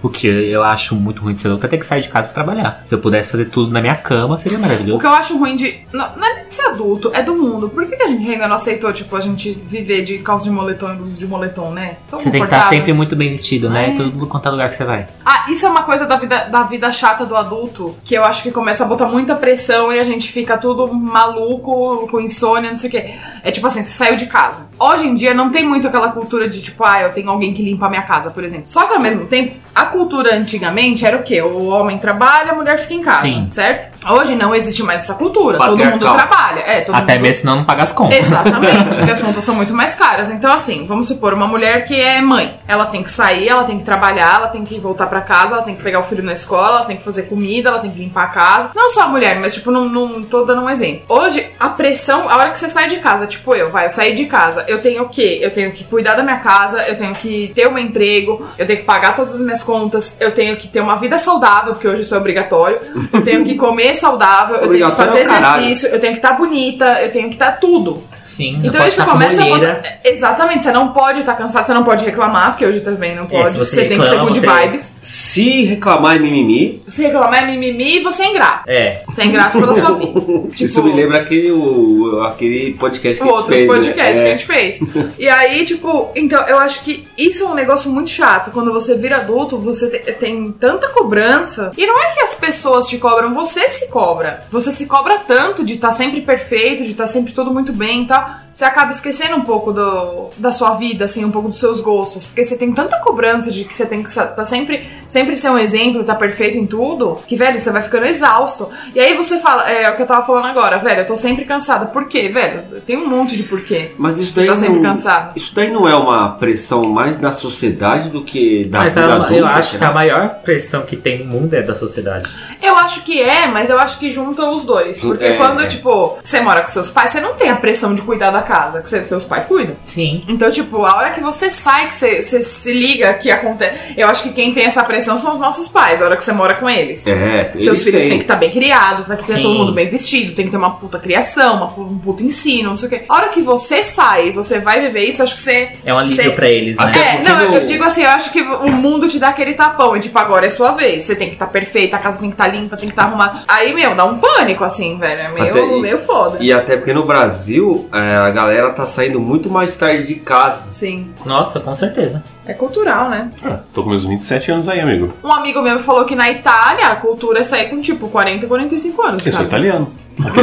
O que eu acho muito ruim de ser adulto é ter que sair de casa pra trabalhar. Se eu pudesse fazer tudo na minha cama, seria
O que
maravilhoso.
eu acho ruim de. Não, não é nem de ser adulto, é do mundo. Por que, que a gente ainda não aceitou, tipo, a gente viver de calça de moletom e blusa de moletom, né? Tão
Você tem que estar
confortável.
sempre muito bem vestido, né? Em todo quanto é lugar que você vai.
Ah, isso é uma coisa da vida, da vida chata do adulto, que eu acho que começa a botar muita pressão e a gente fica tudo maluco, com insônia, não sei o quê. É tipo assim, você saiu de casa. Hoje em dia não tem muito aquela cultura de tipo, ah, eu tenho alguém que limpa a minha casa, por exemplo. Só que ao mesmo tempo, a cultura antigamente era o quê? O homem trabalha, a mulher fica em casa,
Sim.
certo? Hoje não existe mais essa cultura. Todo mundo
Patriarcal.
trabalha. É, todo
Até
mundo
mesmo senão não pagar as contas.
Exatamente, porque as contas são muito mais caras. Então, assim, vamos supor, uma mulher que é mãe, ela tem que sair, ela tem que trabalhar, ela tem que voltar pra casa, ela tem que pegar o filho na escola, ela tem que fazer comida, ela tem que limpar a casa. Não só a mulher, mas, tipo, não, não tô dando um exemplo. Hoje, a pressão, a hora que você sai de casa, tipo, eu, vai, eu saí de casa, eu tenho o quê? Eu tenho que cuidar da minha casa, eu tenho que ter um emprego, eu tenho que pagar todas as minhas contas, eu tenho que ter uma vida saudável, porque hoje isso é obrigatório, eu tenho que comer saudável, eu tenho que
Obrigatório
fazer
é o caralho.
exercício, eu tenho que estar bonita, eu tenho que estar tudo.
Sim, não
Então
pode
isso
estar
começa
com
a
olheira.
botar- Exatamente, você não pode estar cansado, você não pode reclamar, porque hoje também não pode.
É, se
você
você
tem que ser
reclama,
good
você-
vibes.
Se reclamar é mimimi,
Se reclamar é mimimi e você é ingrato.
É.
Você é ingrato pela sua vida. Tipo,
isso me lembra aquele, o- aquele podcast
o
que a gente
outro
fez. né?
podcast que a
É.
gente fez. E aí, tipo, então eu acho que isso é um negócio muito chato. Quando você vira adulto, você te- tem tanta cobrança. E não é que as pessoas te cobram, você se cobra. Você se cobra tanto de estar sempre perfeito, de estar sempre tudo muito bem e tal. Você acaba esquecendo um pouco do, da sua vida, assim, um pouco dos seus gostos. Porque você tem tanta cobrança de que você tem que estar sempre, sempre ser um exemplo, tá perfeito em tudo, que, velho, você vai ficando exausto. E aí você fala, é, é o que eu tava falando agora, velho, eu tô sempre cansada. Por quê, velho? Tem um monte de porquê.
Mas isso
Você
daí,
tá sempre
não,
cansado.
isso daí não é uma pressão mais da sociedade do que da
Mas
vida
eu,
adulta?
eu acho que
será?
a maior pressão que tem no mundo é da sociedade.
Eu acho que é, mas eu acho que junta os dois. Porque
É,
quando,
é.
tipo, você mora com seus pais, você não tem a pressão de cuidar da casa, que você- seus pais cuidam.
Sim.
Então, tipo, a hora que você sai, que você, você se liga que acontece. Eu acho que quem tem essa pressão são os nossos pais, a hora que você mora com eles.
É,
Seus
eles
filhos
têm.
têm que estar bem criados, tem que ter
Sim.
todo mundo bem vestido, tem que ter uma puta criação, uma, pu- um puta ensino, não sei o quê. A hora que você sai e você vai viver isso, acho que você.
É um alívio
Cê-
pra eles, né?
Até
É,
porque
não, eu-
no-
eu digo assim, eu acho que o mundo te dá aquele tapão, e tipo, agora é sua vez, você tem que estar perfeita, a casa tem que estar limpa, tem que estar arrumada. Aí, meu, dá um pânico, assim, velho, é meio,
Até e-
meio foda.
E até porque no Brasil, é, a galera tá saindo muito mais tarde de casa.
Sim,
Nossa, com certeza.
é cultural, né?
Ah, tô com meus 27 anos aí, amigo.
Um amigo meu falou que na Itália a cultura é sair com tipo 40, 45 anos. de
Eu
é
sou
casa.
italiano.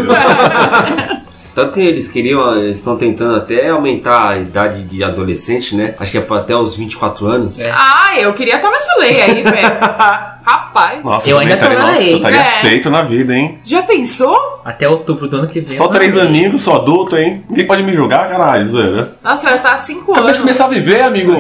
Tanto que eles queriam, eles estão tentando até aumentar a idade de adolescente, né? Acho que é pra até os 24 anos.
É.
Ah, eu queria estar nessa lei aí, velho. Rapaz.
Nossa,
Eu
também
ainda tô
estaria,
na
nossa,
lei.
eu estaria
É.
feito na vida, hein?
Já pensou?
Até outubro do ano que vem.
Só
mano.
três aninhos, sou adulto, hein? Ninguém pode me julgar, caralho, Zé.
Nossa, eu ia estar há 5
Acabei
anos.
de começar a viver, amigo.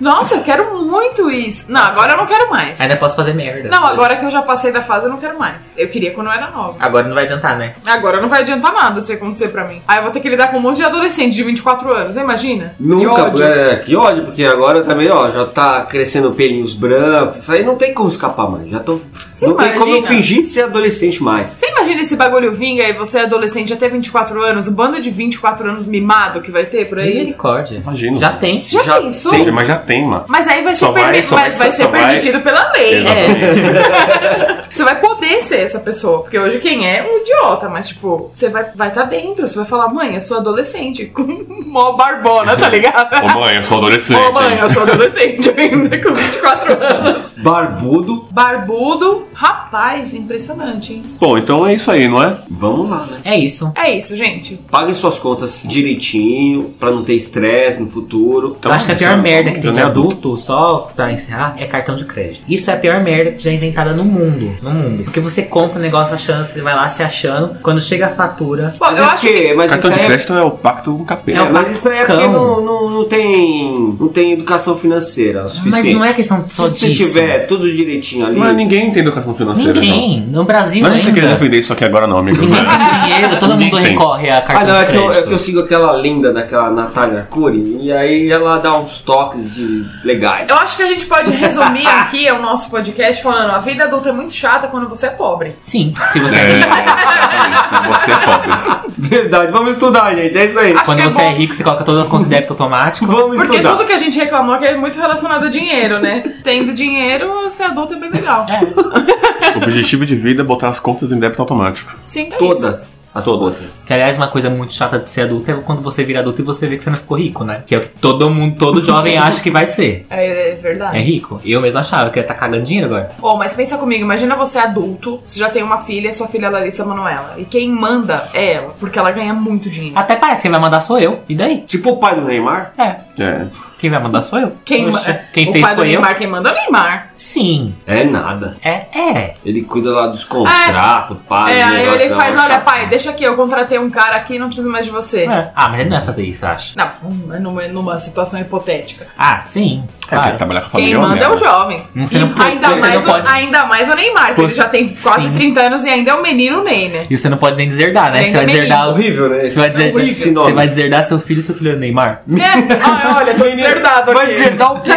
Nossa, eu quero muito isso. Não, agora eu não quero mais.
Ainda posso fazer merda.
Não, agora que eu já passei da fase, eu não quero mais. Eu queria quando eu era nova.
Agora não vai adiantar, né?
Agora não vai adiantar nada se acontecer pra mim. Aí eu vou ter que lidar com um monte de adolescente de 24 anos, hein? imagina? E
Nunca,
ódio.
é, que ódio, porque agora também, ó, já tá crescendo pelinhos brancos, isso aí não tem como escapar mais, já tô,
Você
não tem como eu
imagina?
fingir ser adolescente mais.
Você imagina esse bagulho vinga e você é adolescente até 24 anos, o bando de 24 anos mimado que vai ter por aí?
Misericórdia.
Imagino.
Já tem.
Você já,
Já
pensou?
Tem, mas já tem, mano.
Mas aí vai ser,
Só vai-
permi-
só
mas
vai-
vai
só
ser
vai-
permitido pela lei.
Exatamente.
Você vai poder ser essa pessoa. Porque hoje quem é é um idiota, mas tipo, você vai estar vai tá dentro. Você vai falar, mãe, eu sou adolescente. Com mó barbona, tá ligado?
Ô mãe, eu sou adolescente.
Ô mãe,
hein?
eu sou adolescente ainda, com 24 anos.
Barbudo,
Barbudo, rapaz, impressionante, hein?
Bom, então é isso aí, não é?
vamos lá, né?
É isso.
É isso, gente.
Paguem suas contas direitinho, pra não ter estresse no futuro.
Então,
eu acho que é a pior
é um
só-
merda que
eu
tem de
nem
adulto, só pra encerrar, é cartão de crédito. Isso é a pior merda que já é inventada no mundo. No mundo. Porque você compra um negócio achando, você vai lá se achando. Quando chega a fatura,
Bom, eu
é
acho
porque-
que.
mas
Cartão
isso
de
aí é-
crédito é o pacto com o
é,
capeta.
mas isso aí é porque
cão.
não, não, não tem, não tem educação financeira o suficiente.
mas não é questão só
Se você
disso.
tiver tudo direitinho ali,
Mas ninguém tem educação financeira,
Ninguém. No
João.
Brasil
Não é que você queria
ainda.
defender isso aqui agora, não, amigo.
Ninguém
Zé.
tem dinheiro, todo
Ninguém
mundo
tem.
recorre a cartão
Ah, não,
de
é que, eu,
crédito.
é que eu sigo aquela linda daquela Natália Arcuri e aí ela dá uns toques de legais.
Eu acho que a gente pode resumir aqui o nosso podcast falando: a vida adulta é muito chata quando você é pobre.
Sim, se você
É, exatamente. você é pobre.
Verdade, vamos estudar, gente. É isso aí.
Acho
Quando
que é
você é
bom.
rico, você coloca todas as contas de débito automático.
Vamos
Porque
estudar.
tudo que a gente reclamou aqui é muito relacionado a dinheiro, né? Tendo dinheiro, ser adulto é bem legal.
O objetivo de vida é botar as contas em débito automático.
Sim, é isso.
Todas as
Todas.
coisas.
Que, aliás, uma coisa muito chata de ser adulto é quando você vira adulto e você vê que você não ficou rico, né? Que é o que todo mundo, todo jovem acha que vai ser.
É, é
É
verdade.
rico. Eu mesmo achava que eu ia estar cagando dinheiro agora.
Ô, mas pensa comigo, imagina você adulto, você já tem uma filha, sua filha é Larissa Manoela. E quem manda é ela, porque ela ganha muito dinheiro.
Até parece que quem vai mandar sou eu. E daí?
Tipo o pai do Neymar.
É.
É.
Quem vai mandar sou eu.
Quem,
Oxe,
ma-
quem
o
fez
pai do
foi eu.
Neymar, quem manda é o Neymar.
Sim.
É nada.
É, é.
Ele cuida lá dos contratos, pai.
É,
do
aí
negócio, um
ele faz,
lá,
olha,
chato.
pai, deixa aqui, eu contratei um cara aqui, não preciso mais de você.
É. Ah, mas ele não vai fazer isso, eu acho.
Não, mas numa, numa situação hipotética.
Ah, sim.
É, porque
Claro.
tá-
trabalhar com a família
Quem
é uma
manda é o
merda.
jovem.
Não, você
E
não pode-
ainda,
você
mais
não
o,
pode.
ainda mais o Neymar, que
Por-
ele já tem quase
Sim.
30 anos e ainda é um menino Ney, né?
E você não pode nem deserdar, né?
Nem
Você vai
também
deserdar. o-
Horrível, né?
Você vai,
dizer
deserdar,
Esse
você
nome.
vai deserdar seu filho e seu filho é o Neymar.
É, ah, olha, tô deserdado aqui.
Vai deserdar o quê?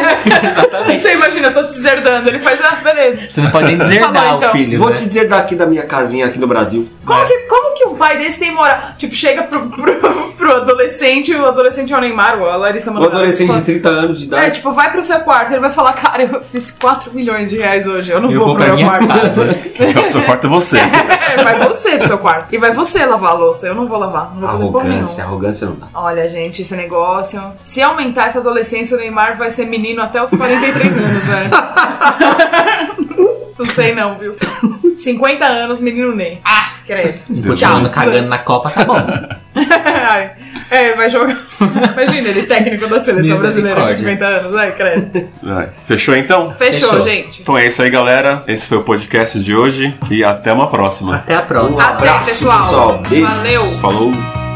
Exatamente.
Você imagina, eu tô deserdando. Ele faz, ah, beleza.
Você não pode nem deserdar
Falou, então.
o filho.
Vou
né?
te deserdar aqui da minha casinha aqui no Brasil.
Como que, como que um pai desse tem moral? Tipo, chega pro, pro, pro adolescente, o adolescente é o Neymar, ou a Larissa
Um
Manoela.
adolescente de
fala-
30 anos de
É,
idade.
tipo, vai pro seu quarto, ele vai falar, cara, eu fiz 4 milhões de reais hoje, eu não
Eu
vou,
vou
um pro
pra
meu
minha
quarto.
casa.
Quem vai pro seu quarto é você.
É, vai você pro seu quarto. E vai você lavar a louça, eu não vou lavar, não vou fazer porra
Arrogância,
nenhuma.
arrogância não dá.
Olha, gente, esse negócio. Se aumentar essa adolescência, o Neymar vai ser menino até os 43 anos, velho. não sei não, viu? 50 anos, menino Ney. Ah, credo.
E Continuando cagando na Copa, tá bom.
Ai, é, vai jogar. Imagina, ele é técnico da seleção brasileira com
Misericórdia.
50 anos. Ai, credo.
Vai. Fechou então?
Fechou,
Fechou.
gente.
Então é isso aí, galera. Esse foi o podcast de hoje e até uma próxima.
Até a próxima.
Um
Até,
abraço,
pessoal.
pessoal. Beijo.
Valeu.
Falou!